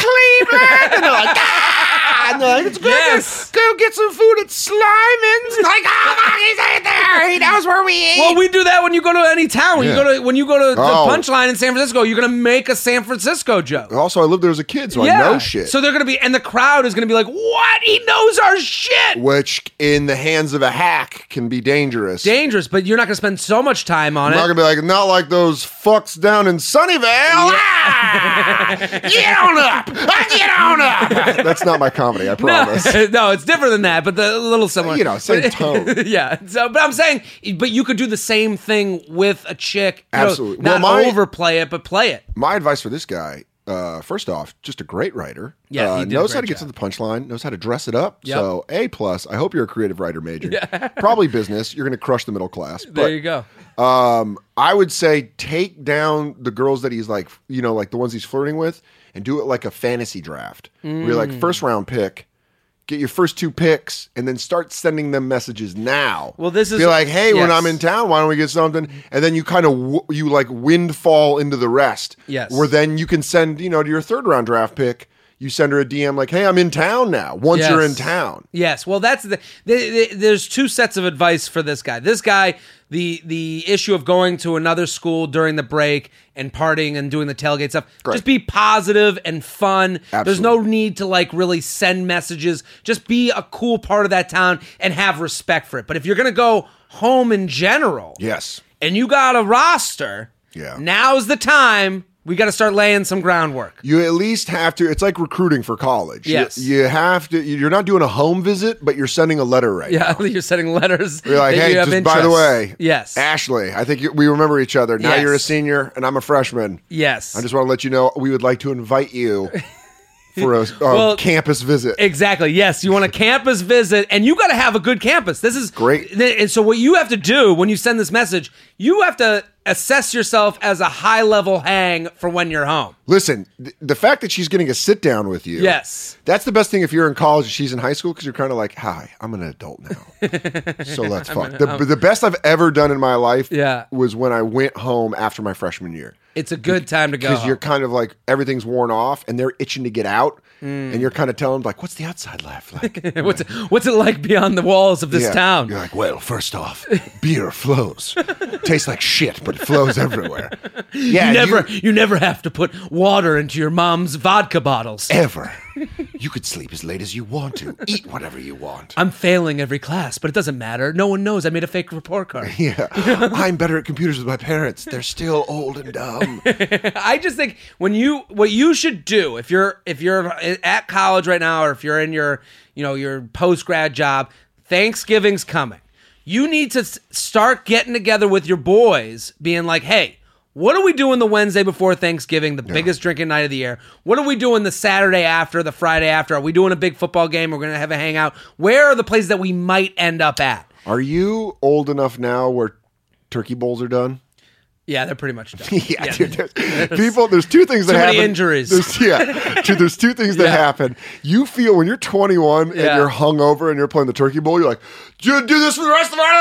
S3: Cleveland," and they're like, "Ah!" and they're like, "It's good.
S2: Yes.
S3: Go get some food at Slyman's." Like, oh, fuck, he's right there. He knows where we eat.
S2: well, we do that when you go to any town. When
S3: Yeah.
S2: you go to when you go to
S3: Oh.
S2: the punchline in San Francisco, you're gonna make a San Francisco joke.
S3: also, I lived there as a kid, so I know shit.
S2: So they're gonna be, and the crowd is gonna be like, "What? He knows our shit."
S3: which, in the hands of a hack, can be dangerous.
S2: Dangerous, but you're not gonna spend so much time on
S3: I'm
S2: it.
S3: not gonna be like, not like those fucks down in Sunnyvale. Ah! get on up, Ah, get on up. That's not my comedy, I promise.
S2: No, no, it's different than that, but the a little similar.
S3: You know, same tone.
S2: yeah. So, but I'm saying, but you could do the same thing with a chick. you know,
S3: Absolutely.
S2: not
S3: Well, my-
S2: overplay it, but play it.
S3: my advice for this guy, uh, first off, just a great writer.
S2: Yeah,
S3: uh,
S2: he did a
S3: knows how
S2: great
S3: to get
S2: job.
S3: to the punchline, knows how to dress it up.
S2: Yep.
S3: So a plus. I hope you're a creative writer major. Probably business. You're going to crush the middle class.
S2: There
S3: But
S2: you go.
S3: um, I would say take down the girls that he's like, you know, like the ones he's flirting with, and do it like a fantasy draft. Where you're
S2: Mm.
S3: like first round pick. Get your first two picks, and then start sending them messages now.
S2: Well, this is-
S3: be like, hey, when
S2: yes.
S3: I'm in town, why don't we get something? And then you kind of w- you like windfall into the rest.
S2: Yes.
S3: Where then you can send, you know, to your third round draft pick, you send her a DM like, hey, I'm in town now. Once you're in
S2: Yes.
S3: town.
S2: Yes. Well, that's the, the, the there's two sets of advice for this guy. This guy, the the issue of going to another school during the break and partying and doing the tailgate stuff.
S3: Great.
S2: Just be positive and fun. There's no
S3: Absolutely.
S2: need to like really send messages. Just be a cool part of that town and have respect for it. But if you're gonna go home in general,
S3: Yes.
S2: and you got a roster,
S3: Yeah.
S2: now's the time. We got to start laying some groundwork.
S3: You at least have to. It's like recruiting for college. You-
S2: Yes.
S3: You, have to. You're not doing a home visit, but you're sending a letter right.
S2: Yeah, you're sending letters.
S3: You're like,
S2: that
S3: hey,
S2: you have
S3: just by the
S2: interest."
S3: way,
S2: yes,
S3: Ashley, I think you, we remember each other. Now
S2: Yes.
S3: you're a senior and I'm a freshman.
S2: yes,
S3: I just want to let you know we would like to invite you for a, a
S2: Well,
S3: campus visit.
S2: Exactly. Yes, you want a campus visit, and you got to have a good campus. This is
S3: Great.
S2: th- And so, what you have to do when you send this message, you have to assess yourself as a high level hang for when you're home.
S3: Listen, th- the fact that she's getting a sit down with you.
S2: Yes.
S3: That's the best thing if you're in college and she's in high school because you're kind of like, hi, I'm an adult now. so let's fuck. The, the best I've ever done in my life
S2: Yeah.
S3: was when I went home after my freshman year.
S2: It's a good time to go.
S3: Because you're
S2: home.
S3: kind of like everything's worn off and they're itching to get out. And you're kind of telling them, like, what's the outside life like?
S2: What's Mm. it, what's it like beyond the walls of this
S3: Yeah.
S2: town?
S3: You're like, well, first off, beer flows. Tastes like shit, but it flows everywhere. Yeah,
S2: You never, you, never have to put water into your mom's vodka bottles.
S3: ever. You could sleep as late as you want to, eat whatever you want.
S2: I'm failing every class, but it doesn't matter. No one knows I made a fake report card.
S3: Yeah, I'm better at computers than my parents. They're still old and dumb.
S2: I just think when you what you should do if you're if you're at college right now or if you're in your you know your post grad job, Thanksgiving's coming. You need to s- start getting together with your boys, being like, hey. What are we doing the Wednesday before Thanksgiving, the biggest drinking night of the year? What are we doing the Saturday after, the Friday after? Are we doing a big football game? We're going to have a hangout. Where are the places that we might end up at?
S3: Are you old enough now where turkey bowls are done?
S2: Yeah, they're pretty much done.
S3: Yeah, dude. There's, people, there's two things that
S2: Too many
S3: happen.
S2: injuries.
S3: There's, yeah, dude, there's two things that
S2: Yeah.
S3: happen. You feel when you're 21
S2: Yeah.
S3: and you're hungover and you're playing the turkey bowl, you're like, "You do this for the rest of our lives,"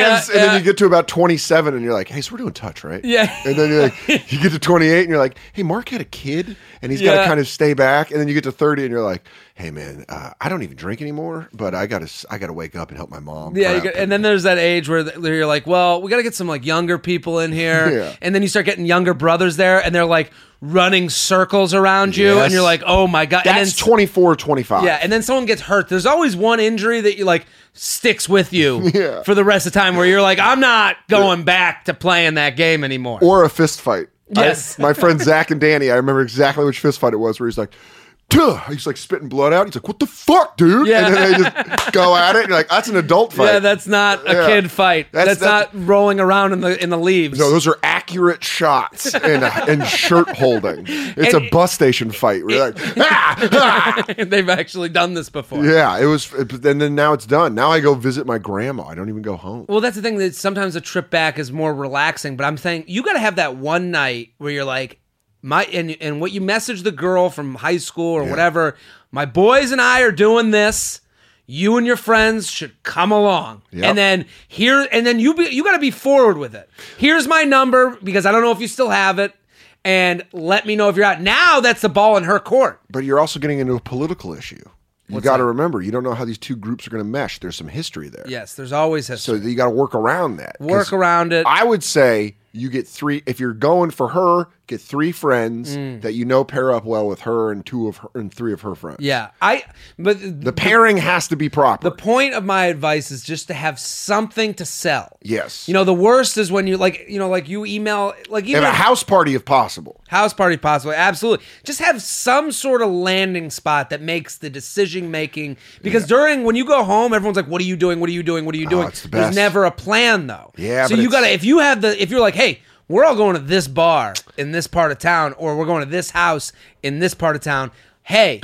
S2: Yeah,
S3: and
S2: yeah.
S3: then you get to about 27 and you're like, "Hey, so we're doing touch, right?"
S2: Yeah.
S3: And then you're like, you get to 28 and you're like, "Hey, Mark had a kid and he's got
S2: Yeah.
S3: to kind of stay back," and then you get to 30 and you're like, "Hey, man, uh, I don't even drink anymore, but I gotta, s- I gotta wake up and help my mom."
S2: Yeah, you
S3: prep."
S2: got, and then there's that age where th- where you're like, well, we got to get some like younger people in here,
S3: Yeah.
S2: and then you start getting younger brothers there, and they're like running circles around you, and
S3: Yes.
S2: you're like, oh my god, and
S3: that's
S2: then
S3: 24, 25.
S2: yeah, and then someone gets hurt. There's always one injury that you like sticks with you
S3: Yeah.
S2: for the rest of time, where you're like, I'm not going back to playing that game anymore.
S3: or a fist fight. I-
S2: Yes.
S3: my friend Zach and Danny, I remember exactly which fist fight it was where he's like, Tuh! he's like spitting blood out. He's like, what the fuck, dude?
S2: Yeah.
S3: And then they just go at it. And you're like, that's an adult fight.
S2: yeah, that's not a
S3: Yeah.
S2: kid fight. That's,
S3: That's- that's-
S2: not rolling around in the in the leaves.
S3: no, those are accurate shots and, and shirt holding. It's
S2: And-
S3: a bus station fight. We're like, ah, ah.
S2: They've actually done this before.
S3: yeah, it was. And then now it's done. Now I go visit my grandma. I don't even go home.
S2: Well, that's the thing that sometimes a trip back is more relaxing, but I'm saying you got to have that one night where you're like, my and and what you message the girl from high school or whatever, my boys and I are doing this. You and your friends should come along,
S3: Yep.
S2: and then here, and then you be, you got to be forward with it. Here's my number because I don't know if you still have it, and let me know if you're out. Now that's the ball in her court.
S3: But you're also getting into a political issue. You got to remember, you don't know how these two groups are going to mesh. There's some history there.
S2: Yes, there's always
S3: So
S2: history.
S3: you got to work around that. 'Cause
S2: Work around it.
S3: I would say you get three. If you're going for her, get three friends
S2: Mm.
S3: that you know pair up well with her and two of her and three of her friends.
S2: yeah, I but
S3: the pairing has to be proper.
S2: The point of my advice is just to have something to sell.
S3: yes,
S2: You know, the worst is when you like, you know, like you email, like even
S3: have a
S2: if-
S3: house party if possible.
S2: house party possibly, absolutely. Just have some sort of landing spot that makes the decision making. Because during when you go home, everyone's like, "What are you doing? What are you doing? What are you doing?"
S3: Oh, it's the
S2: There's
S3: best.
S2: never a plan though.
S3: Yeah,
S2: So
S3: but
S2: you
S3: it's-
S2: gotta if you have the if you're like, hey. We're all going to this bar in this part of town, or we're going to this house in this part of town. Hey,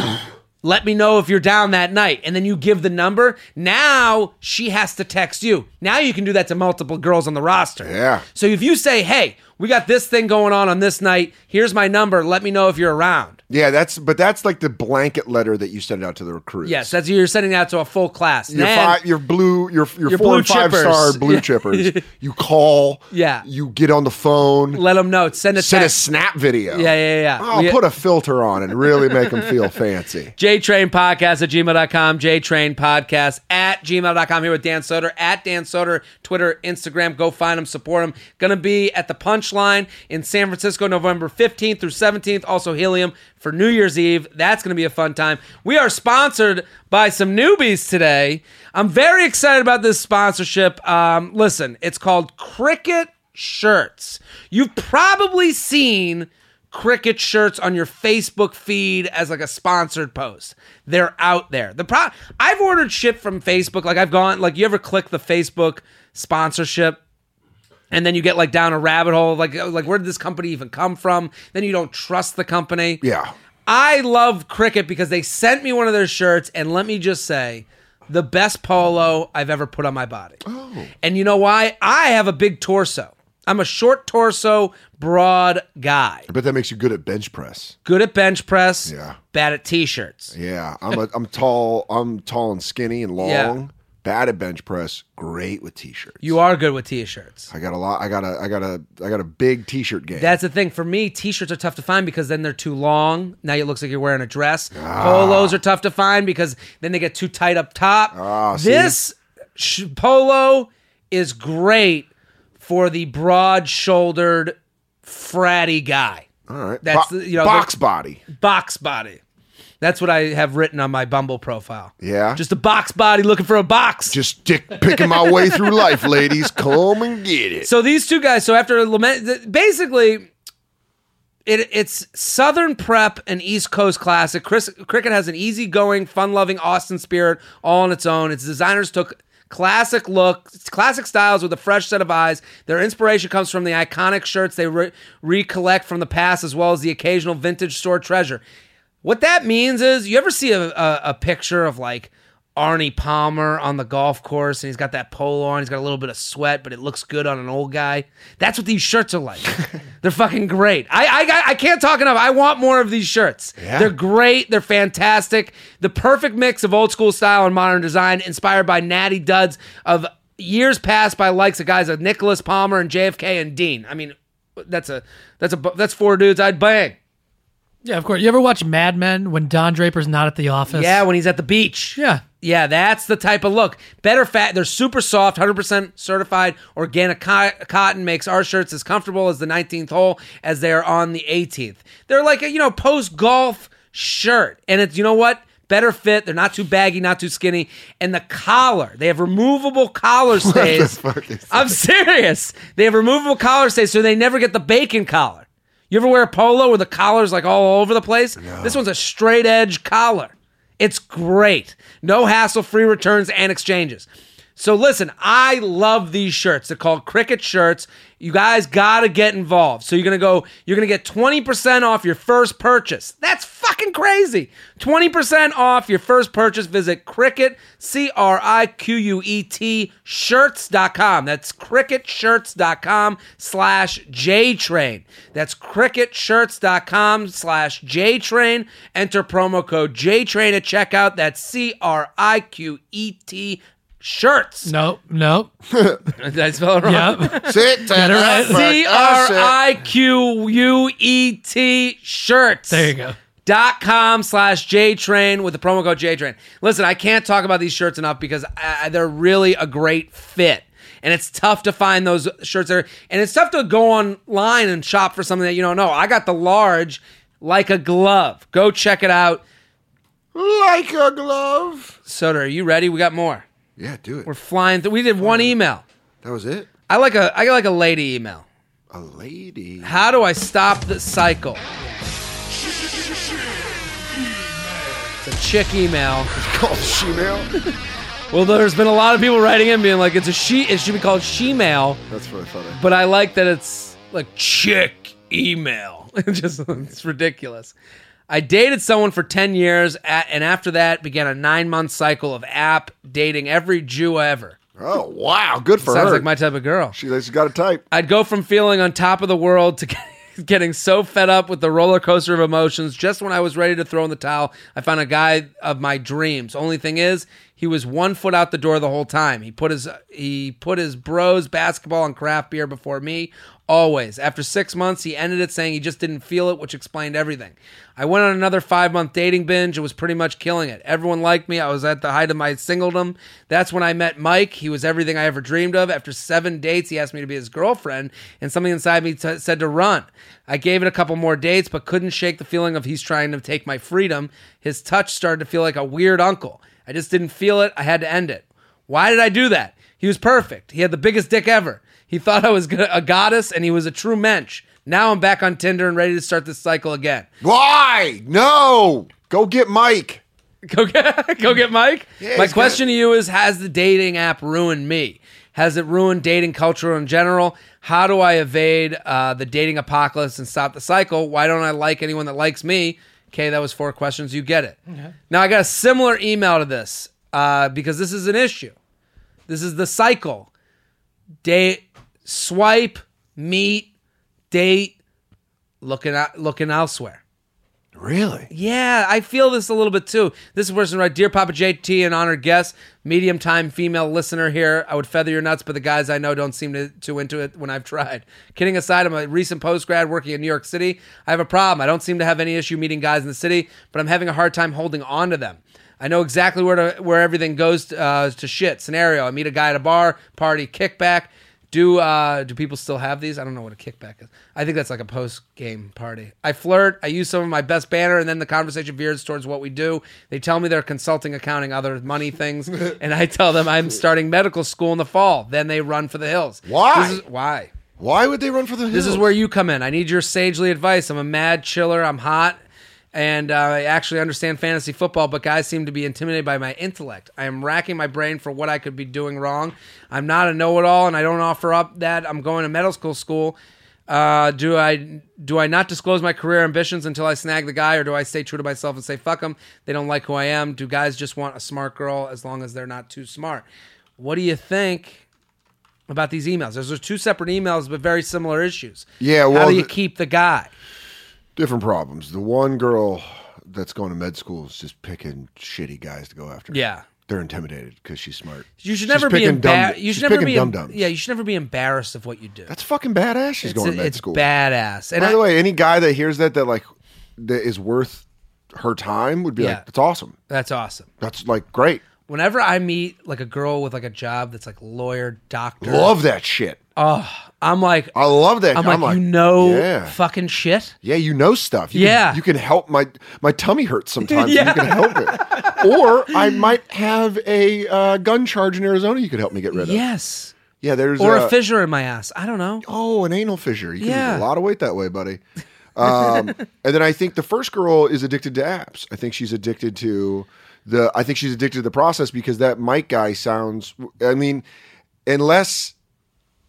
S2: let me know if you're down that night. And then you give the number. Now she has to text you. Now you can do that to multiple girls on the roster.
S3: Yeah.
S2: So if you say, hey, we got this thing going on on this night, here's my number, let me know if you're around.
S3: Yeah, that's but that's like the blanket letter that you send out to the recruits.
S2: Yes, that's you're sending out to a full class.
S3: Your,
S2: Then-
S3: five, your blue, your your,
S2: Your
S3: four
S2: blue
S3: and five
S2: chippers.
S3: star blue
S2: Yeah.
S3: chippers. You call.
S2: Yeah.
S3: You get on the phone.
S2: let them know. Send a
S3: send a
S2: text.
S3: snap video.
S2: Yeah, yeah, yeah.
S3: I'll
S2: We-
S3: put a filter on and really make them feel fancy.
S2: JTrain Podcast at gmail.com, JTrain Podcast at gmail.com. Here with Dan Soder, at Dan Soder, Twitter, Instagram. Go find him, support him. Gonna be at the Punchline in San Francisco, November 15th through 17th. Also, Helium, for New Year's Eve. That's going to be a fun time. We are sponsored by some newbies today. I'm very excited about this sponsorship. Um, listen, it's called Cricket Shirts. You've probably seen cricket shirts on your Facebook feed as like a sponsored post. They're out there. The pro I've ordered shit from Facebook. Like I've gone like you ever click the Facebook sponsorship and then you get like down a rabbit hole like oh, like where did this company even come from? Then you don't trust the company.
S3: Yeah.
S2: I love cricket because they sent me one of their shirts, and let me just say, the best polo I've ever put on my body. And you know why? I have a big torso. I'm a short torso, broad guy.
S3: I bet that makes you good at bench press.
S2: Good at bench press.
S3: Yeah.
S2: Bad at t-shirts.
S3: Yeah, I'm a, I'm tall. I'm tall and skinny and long.
S2: Yeah.
S3: Bad at bench press. Great with t-shirts.
S2: You are good with t-shirts.
S3: I got a lot. I got a. I got a. I got a big t-shirt game.
S2: That's the thing. For me, t-shirts are tough to find because then they're too long. Now it looks like you're wearing a dress.
S3: Ah.
S2: Polos are tough to find because then they get too tight up top.
S3: Ah, see?
S2: this sh- polo is great for the broad-shouldered fratty guy.
S3: All right.
S2: That's
S3: Bo-
S2: the- you know,
S3: box body.
S2: Box body. That's what I have written on my Bumble profile.
S3: Yeah.
S2: Just a box body looking for a box.
S3: Just dick picking my way through life, ladies. Come and get it.
S2: So these two guys. So after lament, th- basically, it it's Southern prep and East Coast classic. Chris, cricket has an easygoing, fun-loving Austin spirit all on its own. Its designers took classic looks, classic styles with a fresh set of eyes. Their inspiration comes from the iconic shirts they re- recollect from the past, as well as the occasional vintage store treasure. What that means is, you ever see a, a, a picture of like Arnie Palmer on the golf course and he's got that polo on, he's got a little bit of sweat, but it looks good on an old guy? That's what these shirts are like. They're fucking great. I, I, got- I can't talk enough. I want more of these shirts. They're great. They're fantastic. The perfect mix of old school style and modern design, inspired by natty duds of years past by likes of guys like Nicholas Palmer and JFK and Dean. I mean, that's a that's a that's four dudes I'd bang.
S4: Yeah, of course. You ever watch Mad Men when Don Draper's not at the office?
S2: Yeah, when he's at the beach.
S4: Yeah.
S2: Yeah, that's the type of look. Better fat. They're super soft, 100% certified organic co- cotton makes our shirts as comfortable as the 19th hole as they are on the 18th. They're like a, you know, post golf shirt. And it's, you know what? Better fit. They're not too baggy, not too skinny. And the collar, they have removable collar stays.
S3: fuck is
S2: I'm serious. They have removable collar stays so they never get the bacon collar. You ever wear a polo where the collar's like all over the place? This one's a straight edge collar. It's great. No hassle, free returns and exchanges. So listen, I love these shirts. They're called cricket shirts. You guys gotta get involved. So you're gonna go, you're gonna get 20% off your first purchase. That's fucking crazy. 20% off your first purchase. Visit cricket, C R I Q U E T shirts.com. That's cricketshirts.com slash J Train. That's cricketshirts.com slash J Train. Enter promo code J Train at checkout. That's C R I Q E T shirts.
S4: No, no.
S2: Did I spell it wrong?
S4: Yeah.
S3: Sit down.
S4: right.
S3: fuck,
S2: C
S3: I
S2: R
S3: said-
S2: I Q U E T shirts.
S4: There you go.
S2: Dot com slash JTrain with the promo code JTrain. Listen, I can't talk about these shirts enough because I, they're really a great fit. And it's tough to find those shirts there. And it's tough to go online and shop for something that you don't know. I got the large like a glove. Go check it out.
S3: Like a glove.
S2: Soda, are you ready? We got more.
S3: Yeah, do it.
S2: We're flying through. We did one email.
S3: That was it.
S2: I like a I like a lady email.
S3: A lady.
S2: How do I stop the cycle? It's a chick email.
S3: Called shemale.
S2: Well, there's been a lot of people writing in being like, it's a she, it should be called she mail,
S3: That's really funny.
S2: but I like that it's like chick email. It just, it's ridiculous. I dated someone for 10 years at, and after that began a nine month cycle of app dating every Jew ever.
S3: Oh wow, good for
S2: Sounds
S3: her.
S2: like my type of girl.
S3: she, she's got a type.
S2: I'd go from feeling on top of the world to getting so fed up with the roller coaster of emotions. Just when I was ready to throw in the towel, I found a guy of my dreams. Only thing is, he was one foot out the door the whole time. He put his he put his bros basketball and craft beer before me. Always. After six months, he ended it saying he just didn't feel it, which explained everything. I went on another five month dating binge and was pretty much killing it. Everyone liked me. I was at the height of my singledom. That's when I met Mike. He was everything I ever dreamed of. After seven dates, he asked me to be his girlfriend, and something inside me t- said to run. I gave it a couple more dates, but couldn't shake the feeling of he's trying to take my freedom. His touch started to feel like a weird uncle. I just didn't feel it. I had to end it. Why did I do that? He was perfect. He had the biggest dick ever. He thought I was go- a goddess and he was a true mensch. Now I'm back on Tinder and ready to start this cycle again.
S3: Why? No. Go get Mike.
S2: Go get, go get Mike.
S3: Yeah,
S2: My
S3: he's
S2: question to you is Has the dating app ruined me? Has it ruined dating culture in general? How do I evade uh, the dating apocalypse and stop the cycle? Why don't I like anyone that likes me? Okay, that was four questions. You get it. Now I got a similar email to this uh, because this is an issue. This is the cycle. Date, swipe, meet, date, looking out, looking elsewhere.
S3: Really?
S2: Yeah, I feel this a little bit too. This person right, dear Papa JT, an honored guest, medium time female listener here. I would feather your nuts, but the guys I know don't seem to too into it when I've tried. Kidding aside, I'm a recent post grad working in New York City. I have a problem. I don't seem to have any issue meeting guys in the city, but I'm having a hard time holding on to them. I know exactly where to, where everything goes uh, to shit. Scenario: I meet a guy at a bar, party, kickback. Do uh, do people still have these? I don't know what a kickback is. I think that's like a post game party. I flirt. I use some of my best banner, and then the conversation veers towards what we do. They tell me they're consulting, accounting, other money things, and I tell them I'm starting medical school in the fall. Then they run for the hills.
S3: Why?
S2: This is, why?
S3: Why would they run for the hills?
S2: This is where you come in. I need your sagely advice. I'm a mad chiller. I'm hot. And uh, I actually understand fantasy football, but guys seem to be intimidated by my intellect. I am racking my brain for what I could be doing wrong. I'm not a know it all, and I don't offer up that I'm going to medical school. Uh, do I do I not disclose my career ambitions until I snag the guy, or do I stay true to myself and say fuck them? They don't like who I am. Do guys just want a smart girl as long as they're not too smart? What do you think? about these emails. Those are two separate emails, but very similar issues.
S3: Yeah,
S2: how
S3: well,
S2: do you
S3: th-
S2: keep the guy?
S3: different problems. The one girl that's going to med school is just picking shitty guys to go after.
S2: Yeah.
S3: They're intimidated because she's smart.
S2: You should
S3: She's
S2: never be
S3: picking dumb-
S2: embarrassed. You
S3: she's
S2: should never
S3: picking
S2: be
S3: dumb dumbs.
S2: yeah. You should never be embarrassed of what you do.
S3: That's fucking badass. She's
S2: it's
S3: going to med
S2: it's
S3: school.
S2: badass. And
S3: By
S2: I-
S3: the way, any guy that hears that that like that is worth her time would be
S2: Yeah.
S3: like, "That's awesome.
S2: that's awesome.
S3: That's like great.
S2: Whenever I meet like a girl with like a job that's like lawyer, doctor, oh,
S3: Love Oh that shit.
S2: I'm like,
S3: I love that.
S2: I'm like, you know,
S3: yeah,
S2: fucking shit.
S3: yeah, you know stuff. You
S2: Yeah.
S3: can, you can help my my tummy hurts sometimes.
S2: Yeah.
S3: and You can help it, or I might have a uh, gun charge in Arizona. You could help me get rid of.
S2: Yes,
S3: yeah. There's
S2: or a fissure in my ass. I don't know.
S3: Oh, an anal fissure. You can
S2: Yeah.
S3: lose a lot of weight that way, buddy. Um, and then I think the first girl is addicted to apps. I think she's addicted to the. I think she's addicted to the process because that Mike guy sounds. I mean, unless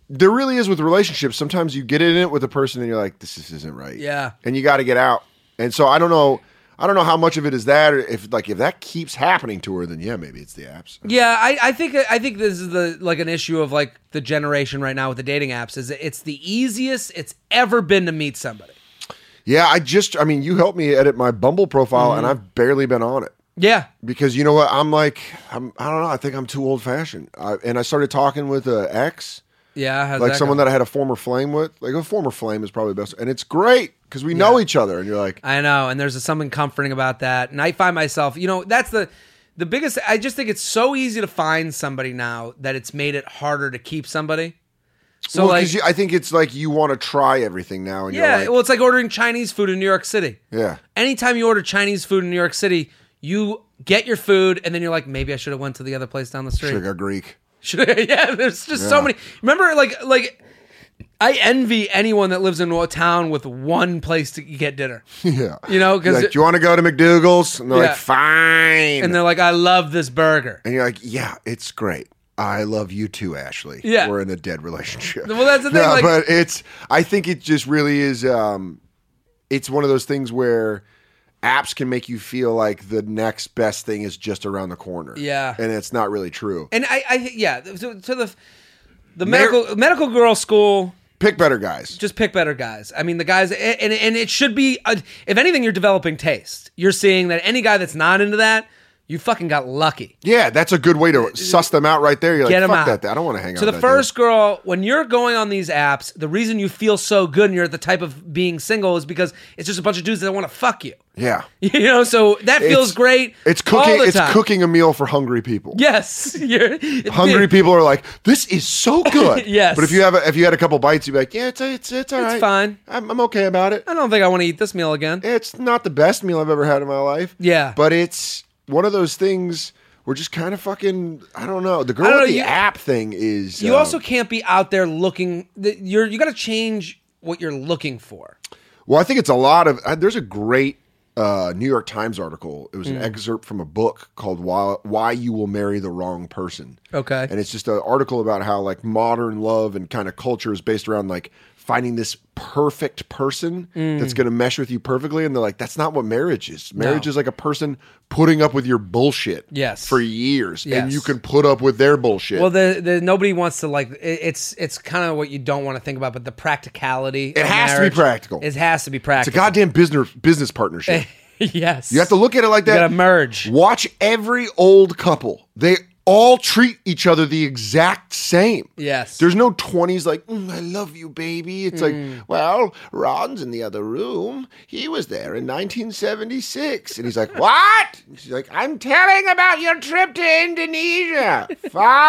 S3: there really is with relationships, sometimes you get in it with a person and you're like, this, this isn't right.
S2: Yeah.
S3: and you got to get out. And so I don't know. I don't know how much of it is that, or if like if that keeps happening to her, then yeah, maybe it's the apps.
S2: Yeah, I, I think I think this is the like an issue of like the generation right now with the dating apps is that it's the easiest it's ever been to meet somebody.
S3: Yeah, I just. I mean, you helped me edit my Bumble profile,
S2: Mm-hmm.
S3: and I've barely been on it.
S2: Yeah,
S3: because you know what i'm like I'm, i don't know i think i'm too old fashioned I, and i started talking with an ex
S2: yeah. How's
S3: like
S2: that
S3: someone
S2: going?
S3: that i had a former flame with like a former flame is probably best and it's great because we know each other and you're like
S2: I know, and there's a, something comforting about that. And I find myself, you know, that's the the biggest. I just think it's so easy to find somebody now that it's made it harder to keep somebody. So
S3: well,
S2: like,
S3: 'cause you, i think it's like you want to try everything now and
S2: yeah,
S3: you're
S2: well,
S3: like
S2: it's like ordering Chinese food in New York City.
S3: yeah
S2: anytime you order Chinese food in New York City, you get your food and then you're like, maybe I should have went to the other place down the street.
S3: sugar greek
S2: yeah, there's just so
S3: Yeah.
S2: many. Remember, like, like I envy anyone that lives in a town with one place to get dinner.
S3: yeah
S2: You know, 'cause
S3: You're like,
S2: it-
S3: do you want to go to mcdougal's and they're
S2: Yeah.
S3: like fine
S2: And they're like, I love this burger.
S3: and you're like yeah it's great I love you too, Ashley.
S2: Yeah.
S3: We're in a dead relationship.
S2: Well, that's the thing,
S3: No,
S2: like-
S3: but it's, I think it just really is, um, it's one of those things where apps can make you feel like the next best thing is just around the corner.
S2: Yeah.
S3: And it's not really true.
S2: And I, I yeah, to, to the the medical medical girl school.
S3: Pick better guys.
S2: Just pick better guys. I mean, the guys, and and it should be. uh if anything, you're developing taste. You're seeing that any guy that's not into that, You fucking got lucky.
S3: Yeah, that's a good way to suss them out right there. You're
S2: Get
S3: like,
S2: him
S3: fuck
S2: out.
S3: that. I don't want to hang out.
S2: So the
S3: with that
S2: first girl, when you're going on these apps, the reason you feel so good and you're the type of being single is because it's just a bunch of dudes that want to fuck you.
S3: dude. yeah,
S2: You know, so that feels
S3: It's-
S2: great.
S3: It's
S2: all
S3: cooking.
S2: the
S3: It's
S2: time.
S3: cooking a meal for hungry people.
S2: Yes, you're
S3: Hungry people are like, this is so good.
S2: Yes.
S3: But if you have a, if you had a couple bites, you'd be like, yeah, it's it's it's all
S2: It's
S3: right.
S2: fine.
S3: I'm, I'm okay about it.
S2: I don't think I want to eat this meal again.
S3: It's not the best meal I've ever had in my life.
S2: Yeah.
S3: But it's one of those things. We're just kind of fucking. I don't know. The girl
S2: don't
S3: with
S2: know,
S3: the
S2: you-
S3: app thing is.
S2: You
S3: uh,
S2: also can't be out there looking. th- You're you got to change what you're looking for.
S3: Well, I think it's a lot of. Uh, there's a great uh, New York Times article. It was
S2: Mm.
S3: an excerpt from a book called "Why Why You Will Marry the Wrong Person."
S2: Okay.
S3: and it's just an article about how like modern love and kind of culture is based around like finding this perfect person that's going to mesh with you perfectly and they're like that's not what marriage is marriage
S2: Mm. No.
S3: is like a person putting up with your bullshit
S2: Yes.
S3: for years and
S2: Yes.
S3: you can put up with their bullshit
S2: Well, the, the nobody wants to like. It, it's it's kind of what you don't want to think about, but the practicality.
S3: It has to be practical.
S2: It has to be
S3: it's a
S2: practical.
S3: goddamn business business partnership
S2: yes.
S3: You have to look at it like that.
S2: gotta merge.
S3: Watch every old couple. They all treat each other the exact same.
S2: Yes.
S3: There's no 20s like, "Mm, I love you, baby. It's
S2: Hmm.
S3: like, well, Ron's in the other room. He was there in 1976. And he's like, what? And she's like, I'm telling about your trip to Indonesia.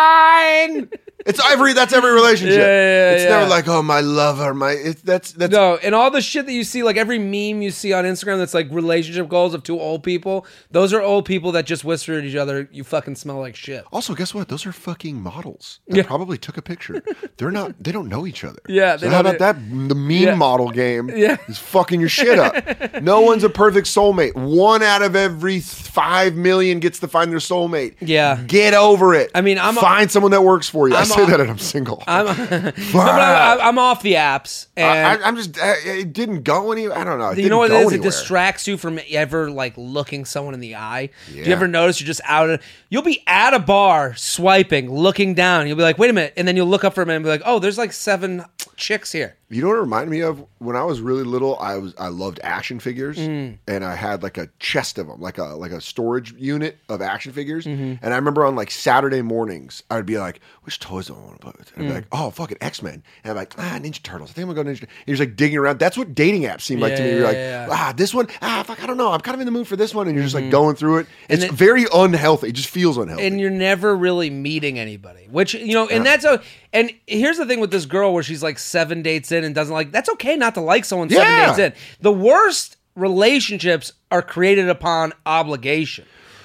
S3: Fine. It's every, that's every relationship.
S2: Yeah, yeah, yeah,
S3: it's never
S2: yeah.
S3: like, oh, my lover, my, it's, that's, that's,
S2: No, and all the shit that you see, like every meme you see on Instagram that's like relationship goals of two old people, those are old people that just whisper at each other, you fucking smell like shit.
S3: Also, guess what? Those are fucking models. They probably took a picture. They're not. They don't know each other.
S2: Yeah,
S3: So
S2: they
S3: how
S2: don't-
S3: about that? The meme
S2: Yeah.
S3: model game
S2: Yeah.
S3: is fucking your shit up. No one's a perfect soulmate. One out of every five million gets to find their soulmate.
S2: Yeah.
S3: Get over it.
S2: I mean, I'm a-
S3: find someone that works for you. i
S2: I'm
S3: say
S2: a-
S3: that, and I'm single.
S2: I'm, no, but I, I, I'm off the apps. And
S3: I, am just. I, it didn't go any. I don't know.
S2: you
S3: It didn't
S2: know what it
S3: go
S2: is? It
S3: anywhere.
S2: distracts you from ever like looking someone in the eye. Do
S3: Yeah.
S2: you ever notice you're just out? Of, you'll be at a bar swiping, looking down. You'll be like, wait a minute, and then you'll look up for a minute and be like, oh, there's like seven chicks here.
S3: You know what it reminded me of? When I was really little, I was I loved action figures,
S2: Mm.
S3: and I had like a chest of them, like a like a storage unit of action figures.
S2: Mm-hmm.
S3: And I remember on like Saturday mornings, I'd be like, "Which toys do I want to play with?"
S2: Mm.
S3: And I'd be like, "Oh, fucking X Men," and I'm like, "Ah, Ninja Turtles." I think I'm gonna go Ninja. Tur-" And you're just, like digging around. That's what dating apps seem like to me.
S2: Yeah,
S3: You're like,
S2: yeah,
S3: "Ah, this one. Ah, fuck, I don't know. I'm kind of in the mood for this one," and you're just like going through it. It's
S2: then-
S3: very unhealthy. It just feels unhealthy.
S2: and you're never really meeting anybody which you know and that's a and here's the thing with this girl where she's like seven dates in and doesn't like that's okay not to like someone
S3: Yeah.
S2: seven dates in the worst relationships are created upon obligation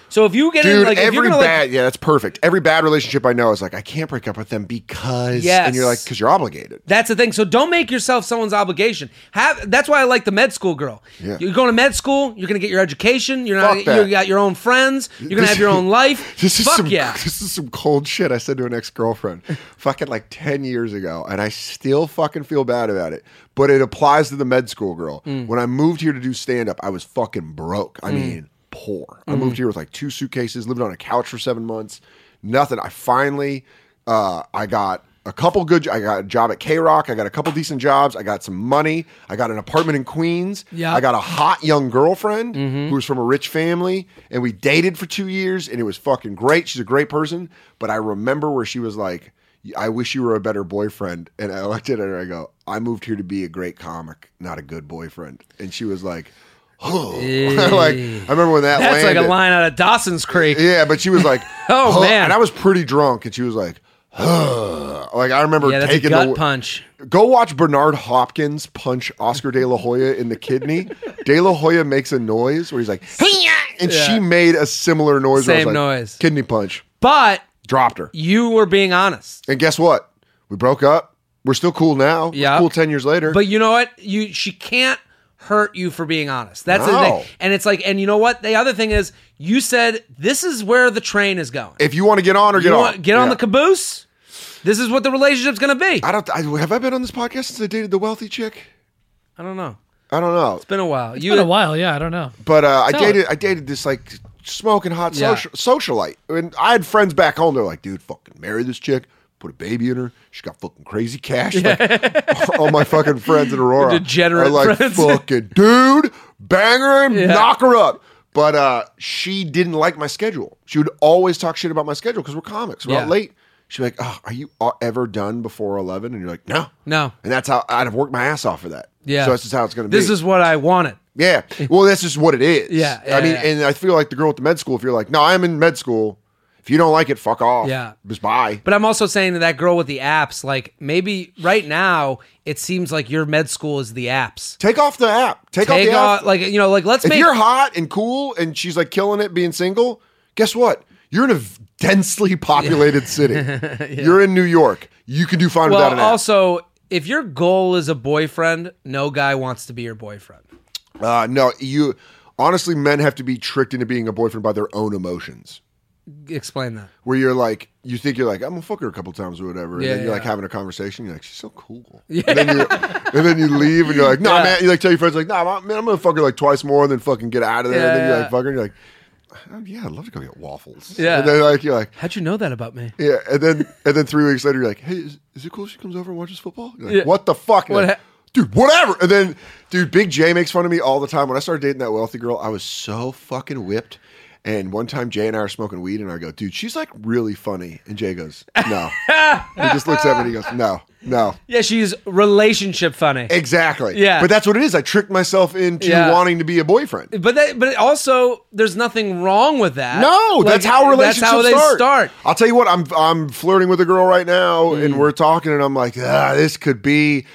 S2: so if you get in
S3: Dude,
S2: like if you're
S3: every
S2: gonna
S3: bad
S2: like
S3: yeah, that's perfect. Every bad relationship I know is like I can't break up with them because
S2: Yes.
S3: and you're like because you're obligated.
S2: that's the thing. So don't make yourself someone's obligation. Have that's why I like the med school girl.
S3: Yeah.
S2: You're going to med school. You're going to get your education. You're not.
S3: Fuck that.
S2: You got your own friends. You're going to
S3: This-
S2: have your own life.
S3: This is
S2: Fuck
S3: some
S2: yeah.
S3: this is some cold shit I said to an ex girlfriend, fucking like ten years ago, and I still fucking feel bad about it. But it applies to the med school girl.
S2: Mm.
S3: When I moved here to do stand up, I was fucking broke. I mean, poor.
S2: Mm.
S3: I moved here with like two suitcases, lived on a couch for seven months, nothing. I finally, uh, I got. A couple good. I got a job at K Rock. I got a couple decent jobs. I got some money. I got an apartment in Queens.
S4: Yeah.
S3: I got a hot young girlfriend
S2: Mm-hmm.
S3: who was from a rich family, and we dated for two years, and it was fucking great. She's a great person, but I remember where she was like, "I wish you were a better boyfriend." And I looked at her, and I go, "I moved here to be a great comic, not a good boyfriend." And she was like, "Oh, like I remember when that
S2: That's like
S3: landed.
S2: a line out of Dawson's Creek.
S3: Yeah, but she was like,
S2: Oh, man.
S3: and I was pretty drunk, and she was like. "Huh." Like I remember
S2: Yeah, that's a
S3: taking
S2: gut
S3: the
S2: punch.
S3: Go watch Bernard Hopkins punch Oscar De La Hoya in the kidney. De La Hoya makes a noise where he's like, "Hey-ya!" and she made a similar noise. where I was
S2: Same
S3: like,
S2: noise.
S3: Kidney punch.
S2: But
S3: Dropped her.
S2: you were being honest.
S3: And guess what? We broke up. We're still cool now. We're
S2: Yeah.
S3: Cool 10 years later.
S2: But you know what? You she can't hurt you for being honest. That's the
S3: No.
S2: thing. And it's like, and you know what? The other thing is, you said this is where the train is going.
S3: if you want to get on or get
S2: you
S3: on.
S2: want- get on
S3: Yeah.
S2: the caboose. This is what the relationship's gonna be.
S3: I don't, I, have I been on this podcast since I dated the wealthy chick?
S2: I don't know.
S3: I don't know.
S2: Been a while. you
S4: Been a while, yeah. I don't know.
S3: But uh, I
S4: Tell it.
S3: dated I dated this like smoking hot
S2: Yeah.
S3: social, socialite, and I had friends back home. They're like, "Dude, fucking marry this chick, put a baby in her. She got fucking crazy cash." Like, all my fucking friends in Aurora,
S2: Degenerate
S3: are like,
S2: friends.
S3: "Fucking dude, bang her and knock her up." But uh, she didn't like my schedule. She would always talk shit about my schedule because we're comics. We're
S2: Yeah.
S3: out late. She'd be like, oh, are you a- ever done before 11? And you're like, no.
S2: No.
S3: And that's how I'd have worked my ass off for that.
S2: Yeah.
S3: So that's just how it's going to be.
S2: This is what I wanted.
S3: Yeah. Well, that's just what it is.
S2: Yeah, yeah,
S3: I mean,
S2: yeah.
S3: and I feel like the girl at the med school, if you're like, no, I'm in med school. If you don't like it, fuck off.
S2: Yeah.
S3: Just bye.
S2: But I'm also saying to that girl with the apps, like maybe right now it seems like your med school is the apps.
S3: Take off the app. Take,
S2: Take
S3: off the
S2: off,
S3: app.
S2: like you know, like let's
S3: if
S2: make
S3: you're hot and cool and she's like killing it being single, guess what? You're in a v- densely populated city. You're in New York. You can do fine without
S2: well.
S3: an app.
S2: Also, if your goal is a boyfriend, no guy wants to be your boyfriend.
S3: uh, no, you honestly, men have to be tricked into being a boyfriend by their own emotions.
S2: Explain that.
S3: Where you're like, you think you're like, I'm gonna fuck her a couple times or whatever, and
S2: Yeah,
S3: then you're
S2: yeah.
S3: like having a conversation. You're like, she's so cool, and, then you, and then you leave, and you're like, nah,
S2: Yeah.
S3: man. You like tell your friends like, nah, man, I'm gonna fuck her like twice more, and then fucking get out of there. and then
S2: Yeah,
S3: you like fuck her, and you're like, "Oh, yeah, I'd love to go get waffles.
S2: Yeah.
S3: and then like you're like,
S2: How'd you know that about me?
S3: Yeah, and then and then three weeks later, you're like, "Hey, is, is it cool if she comes over and watches football?" You're like,
S2: Yeah.
S3: What the fuck, And
S2: What
S3: I'm
S2: ha-
S3: like, dude? Whatever. And then, dude, Big J makes fun of me all the time. When I started dating that wealthy girl, I was so fucking whipped. And one time, Jay and I are smoking weed, and I go, "Dude, she's like really funny." And Jay goes, "No." he just looks at me and he goes, "No, no."
S2: Yeah, she's relationship funny.
S3: Exactly.
S2: Yeah.
S3: But that's what it is. I tricked myself into
S2: Yeah.
S3: wanting to be a boyfriend.
S2: But that, but also, there's nothing wrong with that.
S3: No,
S2: Like,
S3: that's how relationships
S2: That's how they start. Mm.
S3: I'll tell you what, I'm I'm flirting with a girl right now, and we're talking, and I'm like, ah, this could be.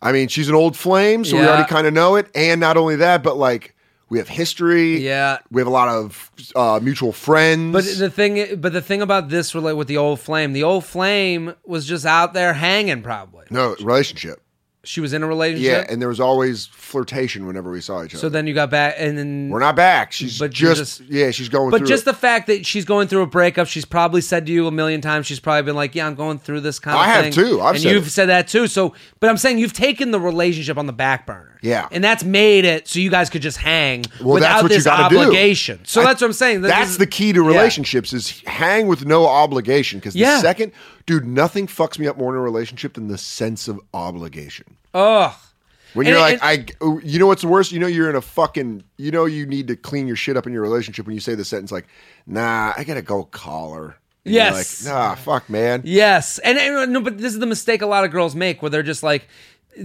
S3: I mean, she's an old flame, so we
S2: Yeah.
S3: already kind of know it. And not only that, but like we have history.
S2: Yeah.
S3: we have a lot of uh, mutual friends.
S2: But the thing, but the thing about this, relate with the old flame. The old flame was just out there hanging. Probably
S3: no relationship.
S2: she was in a relationship.
S3: Yeah, and there was always flirtation whenever we saw each other.
S2: so then you got back, and then
S3: we're not back. She's
S2: But you're
S3: just,
S2: just-
S3: yeah, she's going.
S2: But
S3: through
S2: just
S3: it.
S2: the fact that she's going through a breakup, she's probably said to you a million times. She's probably been like, "Yeah, I'm going through this kind of
S3: I have
S2: thing."
S3: too. I've
S2: and
S3: said
S2: you've
S3: it.
S2: said that too. So, but I'm saying you've taken the relationship on the back burner.
S3: Yeah.
S2: and that's made it so you guys could just hang
S3: Well,
S2: without
S3: that's what you
S2: this
S3: gotta do.
S2: obligation. So
S3: I-
S2: that's what I'm saying. That
S3: That's
S2: this-
S3: the key to
S2: yeah.
S3: relationships is hang with no obligation. Because
S2: Yeah.
S3: the second, dude, nothing fucks me up more in a relationship than the sense of obligation.
S2: Ugh.
S3: When
S2: And-
S3: you're like, I, you know what's the worst? You know you're in a fucking, you know you need to clean your shit up in your relationship when you say the sentence like, nah, I gotta go call her. And you're
S2: Yes.
S3: Like, nah, fuck, man.
S2: Yes, and, and no, but this is the mistake a lot of girls make, where they're just like,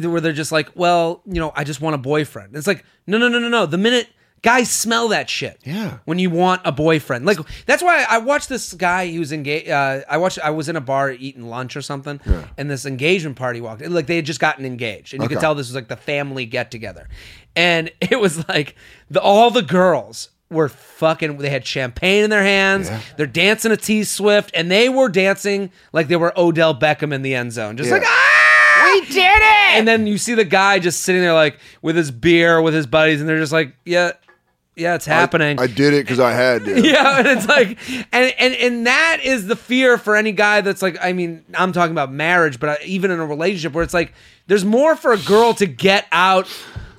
S2: where they're just like, well, you know, I just want a boyfriend. It's like, no, no, no, no, no. The minute guys smell that shit,
S3: Yeah.
S2: when you want a boyfriend, like that's why I watched this guy who was engaged. Uh, I watched, I was in a bar eating lunch or something, and this engagement party walked. in. Like they had just gotten engaged, and you could
S3: Okay.
S2: tell this was like the family get together, and it was like the all the girls. Were fucking. They had champagne in their hands. They're dancing a T Swift, and they were dancing like they were Odell Beckham in the end zone, just
S3: Yeah.
S2: like ah, we did it. And then you see the guy just sitting there like with his beer with his buddies, and they're just like, yeah, yeah, it's happening.
S3: I did it because I had to.
S2: yeah, and it's like, and and and that is the fear for any guy that's like, I mean, I'm talking about marriage, but I, even in a relationship where it's like, there's more for a girl to get out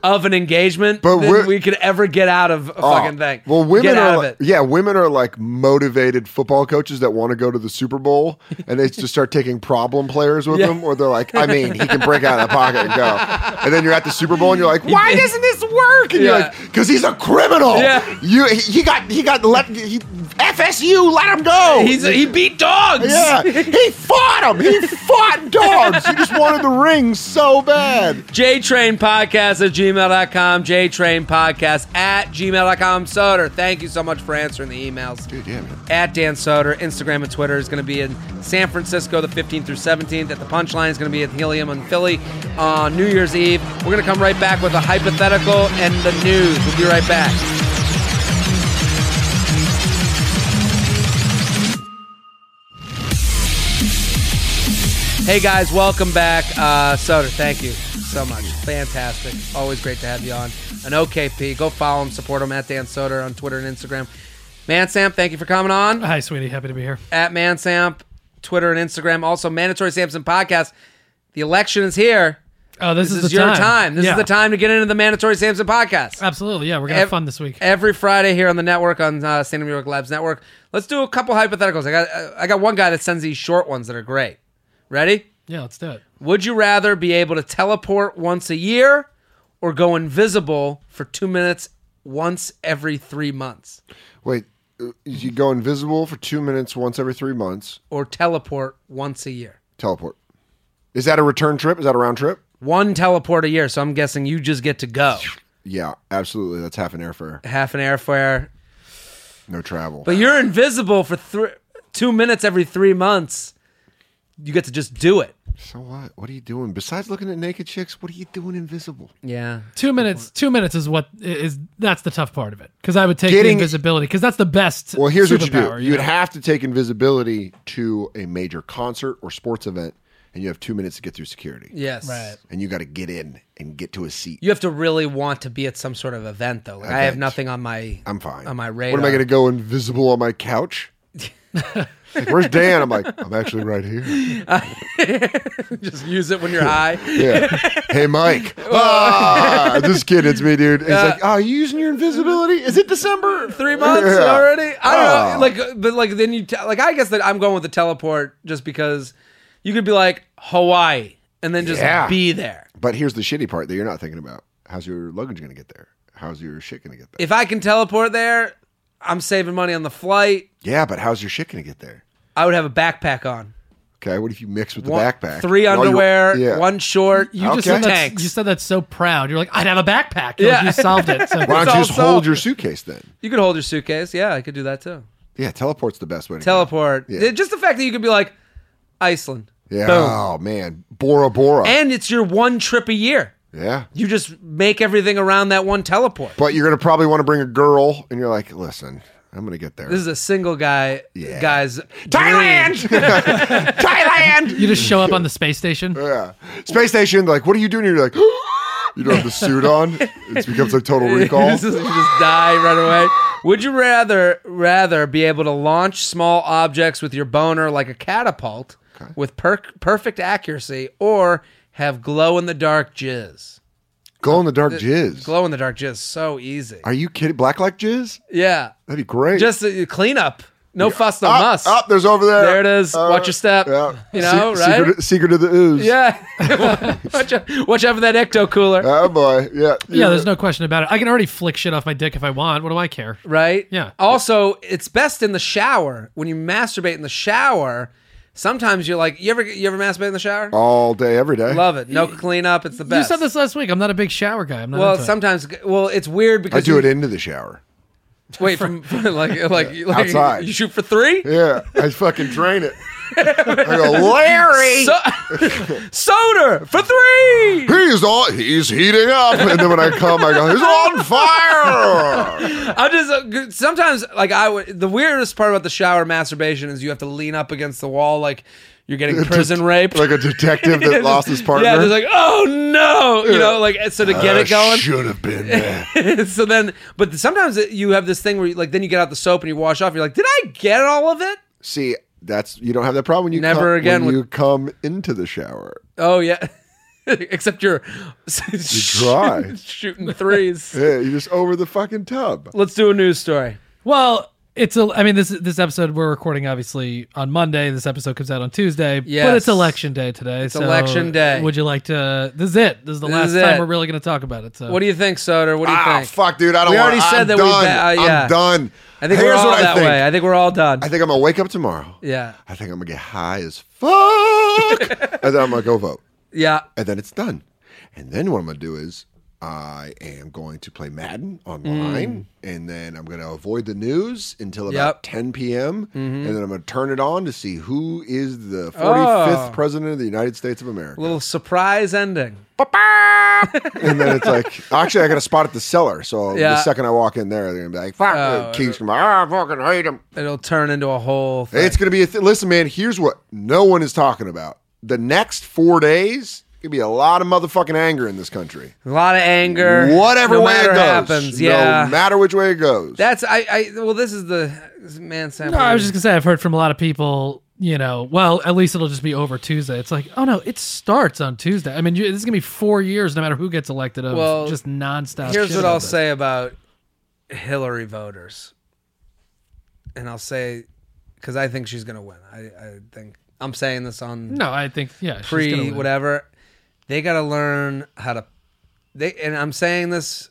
S2: of an engagement
S3: But
S2: than
S3: we're-
S2: we could ever get out of a
S3: Oh,
S2: fucking thing.
S3: Well, women
S2: get
S3: are
S2: out
S3: like,
S2: of it.
S3: yeah, women are like motivated football coaches that want to go to the Super Bowl, and they just start taking problem players with
S2: Yeah.
S3: them, or they're like, I mean, he can break out of the pocket and go, and then you're at the Super Bowl and you're like, why doesn't this work? And
S2: Yeah.
S3: you're like, because he's a criminal.
S2: Yeah.
S3: you he, he got he got let he, FSU let him go.
S2: He's he beat dogs.
S3: yeah, he fought him. He fought dogs. He just wanted the ring so bad.
S2: JTrainPodcast at gmail.com. JTrainPodcast at gmail.com. Soder, thank you so much for answering the emails.
S3: Dude, yeah, man.
S2: At Dan Soder, Instagram and Twitter is going to be in San Francisco the 15th through 17th. At the Punchline is going to be at Helium in Philly on New Year's Eve. We're going to come right back with a hypothetical and the news. We'll be right back. Hey guys, welcome back. Uh, Soder, thank you so much. Fantastic. Always great to have you on. An OKP. Go follow him, support him at Dan Soder on Twitter and Instagram. Mansamp, thank you for coming on.
S4: Hi, sweetie. Happy to be here.
S2: At Mansamp, Twitter and Instagram. Also, Mandatory Samson Podcast. The election is here.
S4: Oh, this,
S2: This is,
S4: the
S2: your time.
S4: time.
S2: This
S4: Yeah. Uh,
S2: is the time to get into the Mandatory Samson Podcast.
S4: Absolutely. Yeah, we're gonna have
S2: Ev-
S4: fun this week.
S2: Every Friday here on the network on uh, Stand Up New York Labs Network. Let's do a couple hypotheticals. I got I got one guy that sends these short ones that are great. Ready?
S4: yeah, let's do it.
S2: Would you rather be able to teleport once a year or go invisible for two minutes once every three months
S3: Wait, uh, you go invisible for two minutes once every three months.
S2: or teleport once a year.
S3: Teleport. Is that a return trip? Is that a round trip?
S2: One teleport a year, so I'm guessing you just get to go.
S3: Yeah, absolutely. That's half an airfare.
S2: Half an airfare.
S3: No travel.
S2: But you're invisible for thr two minutes every three months. You get to just do it.
S3: so what? What are you doing besides looking at naked chicks? What are you doing invisible?
S2: Yeah.
S4: Two minutes. Two minutes is what is. That's the tough part of it because I would take the
S3: Getting-
S4: invisibility because that's the best.
S3: Well, here's what you do.
S4: superpower,
S3: You'd
S4: know?
S3: have to take invisibility to a major concert or sports event, and you have two minutes to get through security.
S2: Yes.
S4: Right.
S3: And you got to get in and get to a seat.
S2: You have to really want to be at some sort of event, though. Like, I have
S3: Event.
S2: nothing on my.
S3: I'm fine.
S2: On my radar.
S3: What am I going to go invisible on my couch? Like, Where's Dan? I'm like, I'm actually right here.
S2: just use it when you're high.
S3: Yeah. Hey, Mike. Ah, just kidding. It's me, dude. And He's like, oh, are you using your invisibility? Is it December?
S2: Three months
S3: Yeah.
S2: already. I
S3: Ah.
S2: don't know. Like, but like then you te- like I guess that I'm going with the teleport just because you could be like Hawaii and then just
S3: Yeah.
S2: be there.
S3: But here's the shitty part that you're not thinking about. How's your luggage going to get there? How's your shit going to get there?
S2: If I can teleport there, I'm saving money on the flight.
S3: yeah, but how's your shit going to get there?
S2: I would have a backpack on.
S3: Okay, what if you mix with the
S2: One-
S3: backpack?
S2: Three
S3: And all your-
S2: underwear,
S3: yeah.
S2: one short.
S4: You just
S3: Okay.
S4: said that's,
S2: Tanks.
S4: you said that's so proud. You're like, I'd have a backpack. You're like,
S2: Yeah.
S4: you solved it. So
S3: Why
S2: It's
S3: don't you just
S2: all
S3: hold
S2: solved.
S3: your suitcase then?
S2: You could hold your suitcase. Yeah, I could do that too.
S3: Yeah, teleport's the best way to go.
S2: Teleport.
S3: Yeah.
S2: It- Just the fact that you could be like Iceland.
S3: Yeah.
S2: Boom.
S3: Oh man, Bora Bora.
S2: And it's your one trip a year.
S3: yeah.
S2: You just make everything around that one teleport.
S3: But you're gonna probably want to bring a girl, and you're like, listen, I'm gonna get there.
S2: This is a single guy
S3: Yeah.
S2: guy's dream.
S3: Thailand.
S4: you just show up on the space station.
S3: Yeah. Space station. Like, what are you doing? You're like, you don't have the suit on. It becomes like Total Recall.
S2: This is- you just die right away. Would you rather rather be able to launch small objects with your boner like a catapult with per- perfect accuracy, or have glow in the dark jizz?
S3: Glow in the dark jizz.
S2: Glow in the dark jizz, so easy.
S3: are you kidding? Black like jizz?
S2: Yeah,
S3: That'd be great.
S2: just a cleanup. No fuss, no
S3: up,
S2: muss.
S3: Up, there's over there. Uh,
S2: There it is. Watch your step. You know,
S3: Se-
S2: right?
S3: Secret, secret of the ooze.
S2: Yeah, watch, out, watch out for that ecto cooler,
S3: Oh boy. Yeah.
S4: Yeah, there's no question about it. I can already flick shit off my dick if I want. What do I care?
S2: right?
S4: Yeah.
S2: Also, it's best in the shower when you masturbate in the shower. Sometimes you're like, you ever you ever masturbate in the shower?
S3: all day, every day.
S2: Love it. No cleanup. It's the
S4: You
S2: best.
S4: said this last week. I'm not a big shower guy. I'm not.
S2: Well,
S4: into it.
S2: sometimes, well, it's weird
S3: I
S2: because
S3: do
S2: you-
S3: it into the shower.
S2: Wait, from, from like like, like
S3: Outside.
S2: You shoot for three.
S3: Yeah, I fucking drain it. I go, Larry.
S2: So- soda for three.
S3: he's all he's heating up, and then when I come, I go, he's on fire.
S2: I just uh, g- sometimes like I would. The weirdest part about the shower masturbation is you have to lean up against the wall like you're getting prison raped.
S3: Like a detective that lost his partner. Uh,
S2: Yeah, just like oh no, you know, like so to get it going.
S3: Should have been there.
S2: so then, but sometimes it- you have this thing where you, like then you get out the soap and you wash off. You're like, did I get all of it?
S3: See, that's you don't have that problem. When you
S2: Never
S3: come,
S2: again
S3: When
S2: with-
S3: you come into the shower,
S2: Oh yeah. Except you're,
S3: dry.
S2: shooting threes.
S3: yeah, you're just over the fucking tub.
S2: Let's do a news story.
S4: Well, it's a. I mean, this this episode we're recording obviously on Monday. This episode comes out on Tuesday.
S2: Yes.
S4: But it's election day today. It's
S2: election day.
S4: Would you like to? This is it. This is the
S2: This
S4: last
S2: is
S4: time
S2: it.
S4: we're really going to talk about it. So
S2: What do you think, Soder? What do you
S3: Ah,
S2: think?
S3: fuck, dude, I don't.
S2: We
S3: want,
S2: already
S3: I'm
S2: said that we
S3: done.
S2: ba- uh, yeah.
S3: I'm done.
S2: I think
S3: Here's
S2: we're all
S3: what
S2: that
S3: I think.
S2: way. I think we're all done.
S3: I think I'm gonna wake up tomorrow.
S2: yeah,
S3: I think I'm gonna get high as fuck, and then I'm gonna go vote,
S2: yeah.
S3: and then it's done. And then what I'm gonna do is I am going to play Madden online, and then I'm gonna avoid the news until about
S2: Mm. Yep. Mm-hmm.
S3: 10 p.m., and then I'm gonna turn it on to see who is the 45th
S2: Oh.
S3: president of the United States of America.
S2: Little surprise ending.
S3: and then it's like, actually, I got a spot at the cellar, so
S2: Yeah.
S3: the second I walk in there, they're gonna be like, "Fuck,
S2: Oh,
S3: King's gonna be like, "Ah, I fucking hate him."
S2: It'll turn into a whole. Thing.
S3: It's going to be a th- listen, man. Here's what no one is talking about: the next four days, gonna be a lot of motherfucking anger in this country.
S2: a lot of anger.
S3: Whatever
S2: no
S3: way it
S2: matter
S3: goes,
S2: happens. Yeah,
S3: no matter which way it goes.
S2: that's I. I well, this is the man. Sam.
S4: No, I was just gonna say I've heard from a lot of people. You know, well, at least it'll just be over Tuesday. It's like, oh no, it starts on Tuesday. I mean, you, this is gonna be four years, no matter who gets elected. Of
S2: Well,
S4: just nonstop.
S2: Here's
S4: shit
S2: what
S4: like
S2: I'll
S4: that.
S2: say about Hillary voters, and I'll say because I think she's gonna win. I, I think I'm saying this on
S4: No, I think yeah, she's gonna
S2: pre
S4: win.
S2: whatever. They got to learn how to. They and I'm saying this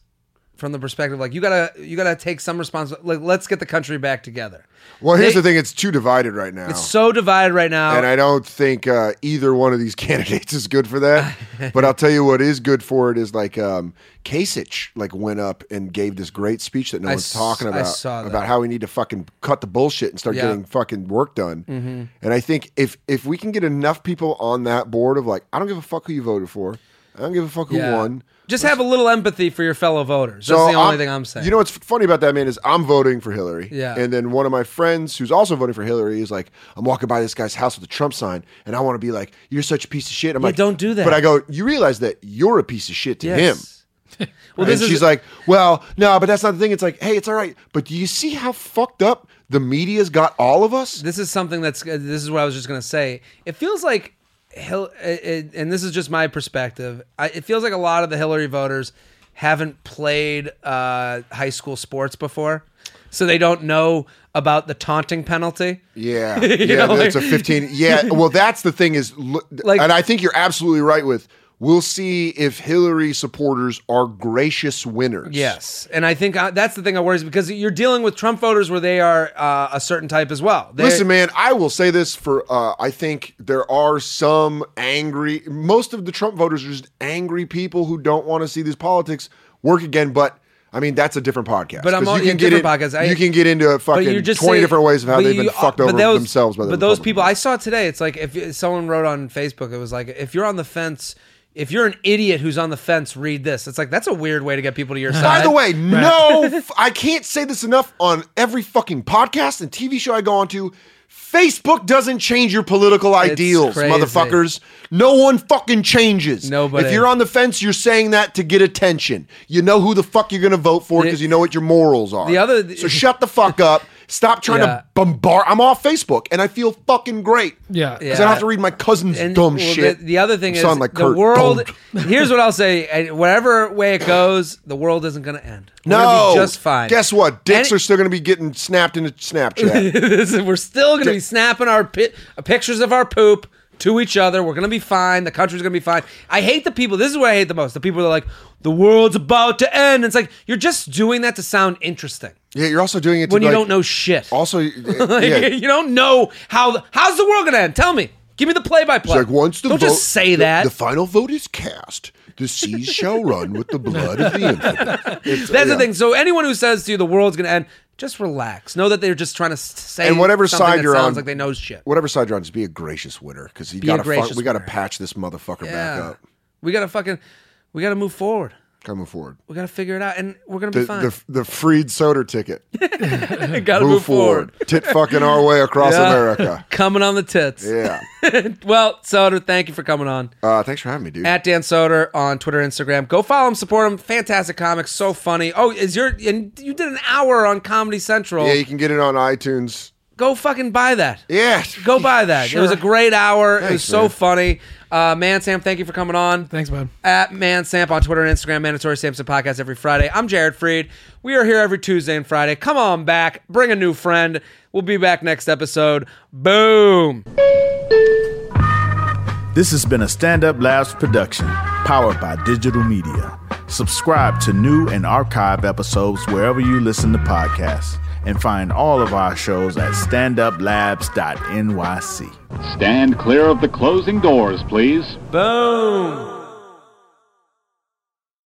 S2: from the perspective like you gotta you gotta take some responsibility. Like let's get the country back together.
S3: Well, here's
S2: They-
S3: the thing: it's too divided right now.
S2: It's so divided right now.
S3: and I don't think uh, either one of these candidates is good for that. but I'll tell you what is good for it is like um, Kasich like went up and gave this great speech that no
S2: I
S3: one's
S2: s-
S3: talking
S2: I
S3: about
S2: saw that.
S3: about how we need to fucking cut the bullshit and start
S2: Yeah. Mm-hmm.
S3: getting fucking work done. And I think if if we can get enough people on that board of like, I don't give a fuck who you voted for, I don't give a fuck who
S2: Yeah.
S3: won.
S2: Just have a little empathy for your fellow voters.
S3: So
S2: That's the only
S3: I'm-
S2: thing I'm saying.
S3: You know what's funny about that man is I'm voting for Hillary.
S2: Yeah.
S3: And then one of my friends who's also voting for Hillary is like, I'm walking by this guy's house with a Trump sign, and I want to be like, you're such a piece of shit. I'm like,
S2: don't do that.
S3: But I go, you realize that you're a piece of shit to him.
S2: well,
S3: and
S2: this
S3: she's
S2: is
S3: like, well, no, but that's not the thing. It's like, hey, it's all right. But do you see how fucked up the media's got all of us?
S2: this is something that's uh, this is what I was just gonna say. It feels like Hil- uh, uh, and this is just my perspective. I, it feels like a lot of the Hillary voters haven't played uh, high school sports before, so they don't know about the taunting penalty.
S3: Yeah,
S2: You
S3: yeah,
S2: know,
S3: that's
S2: like-
S3: a fifteen. Yeah, well, that's the thing is, look,
S2: Like-
S3: and I think you're absolutely right. With we'll see if Hillary supporters are gracious winners.
S2: Yes, and I think uh that's the thing I worry is because you're dealing with Trump voters where they are uh, a certain type as well. They're-
S3: Listen, man, I will say this for uh, I think there are some angry. Most of the Trump voters are just angry people who don't want to see these politics work again. But I mean, that's a different podcast.
S2: But I'm
S3: 'Cause
S2: all-
S3: you can
S2: yeah,
S3: get in,
S2: different podcast. I-
S3: You can get into a
S2: but
S3: fucking
S2: you're
S3: twenty
S2: just saying-
S3: different ways of how
S2: but
S3: they've
S2: you-
S3: been fucked
S2: but
S3: over
S2: those-
S3: themselves by the
S2: But those
S3: Republican
S2: people,
S3: Party.
S2: I saw today. It's like if someone wrote on Facebook, it was like if you're on the fence, if you're an idiot who's on the fence, read this. It's like that's a weird way to get people to your side.
S3: By the way, no, f- I can't say this enough on every fucking podcast and TV show I go on to. Facebook doesn't change your political ideals,
S2: crazy.
S3: motherfuckers. No one fucking changes.
S2: Nobody.
S3: If you're on the fence, you're saying that to get attention. You know who the fuck you're going to vote for because
S2: The-
S3: you know what your morals are.
S2: the other-
S3: so shut the fuck up. Stop trying
S2: Yeah.
S3: to bombard. I'm off Facebook and I feel fucking great.
S4: Yeah.
S3: Because I don't have to read my cousin's
S2: well,
S3: dumb shit.
S2: The, the other thing
S3: I'm
S2: is
S3: sounding like
S2: the
S3: Kurt.
S2: world.
S3: Dumb.
S2: here's what I'll say: and whatever way it goes, the world isn't going to end. We're
S3: No,
S2: gonna be just fine.
S3: Guess what? Dicks
S2: Any-
S3: are still going to be getting snapped into Snapchat.
S2: This is- we're still going to be snapping our pi- uh, pictures of our poop to each other. We're going to be fine. The country's going to be fine. I hate the people. This is what I hate the most. The people that are like, the world's about to end. It's like, you're just doing that to sound interesting
S3: yeah, you're also doing it to
S2: when you
S3: like-
S2: don't know shit.
S3: Also,
S2: Like,
S3: yeah,
S2: You don't know how, the, how's the world going to end? Tell me. Give me the play by play.
S3: It's like once the
S2: Don't
S3: vote,
S2: just say
S3: the-
S2: that.
S3: the final vote is cast, the seas shall run with the blood of the infant. It's-
S2: That's
S3: yeah.
S2: the thing. So anyone who says to you the world's going to end, just relax. Know that they're just trying to s- say
S3: And whatever
S2: something
S3: side
S2: that
S3: you're
S2: sounds
S3: on-
S2: like they know shit.
S3: Whatever side you're on, just be a gracious winner because you
S2: a
S3: got to
S2: gracious
S3: we got to
S2: winner.
S3: patch this motherfucker back
S2: Yeah.
S3: up.
S2: We got to fucking, we got to move forward.
S3: Coming forward,
S2: We got to figure it out and we're going to
S3: the
S2: be fine.
S3: the, the freed soda ticket.
S2: Gotta
S3: Move forward, tit fucking our way across
S2: Yeah.
S3: America.
S2: Coming on the tits.
S3: Yeah.
S2: Well, Soder, thank you for coming on.
S3: Uh, thanks for having me, dude.
S2: At Dan Soder on Twitter, Instagram. Go follow him, support him. Fantastic comics, so funny. Oh, is your and you did an hour on Comedy Central.
S3: yeah, you can get it on iTunes.
S2: Go fucking buy that.
S3: Yeah.
S2: Go buy that. It was a
S3: Sure.
S2: great hour. it was
S3: Thanks,
S2: so
S3: man.
S2: funny. Uh, Man Sam, thank you for coming on.
S4: Thanks, bud.
S2: at Man Samp on Twitter and Instagram, Mandatory Samson Podcast every Friday. I'm Jared Freed. We are here every Tuesday and Friday. Come on back, bring a new friend. We'll be back next episode. Boom.
S5: This has been a Stand Up Labs production, powered by digital media. Subscribe to new and archive episodes wherever you listen to podcasts, and find all of our shows at standuplabs.nyc.
S6: Stand clear of the closing doors, please.
S2: Boom.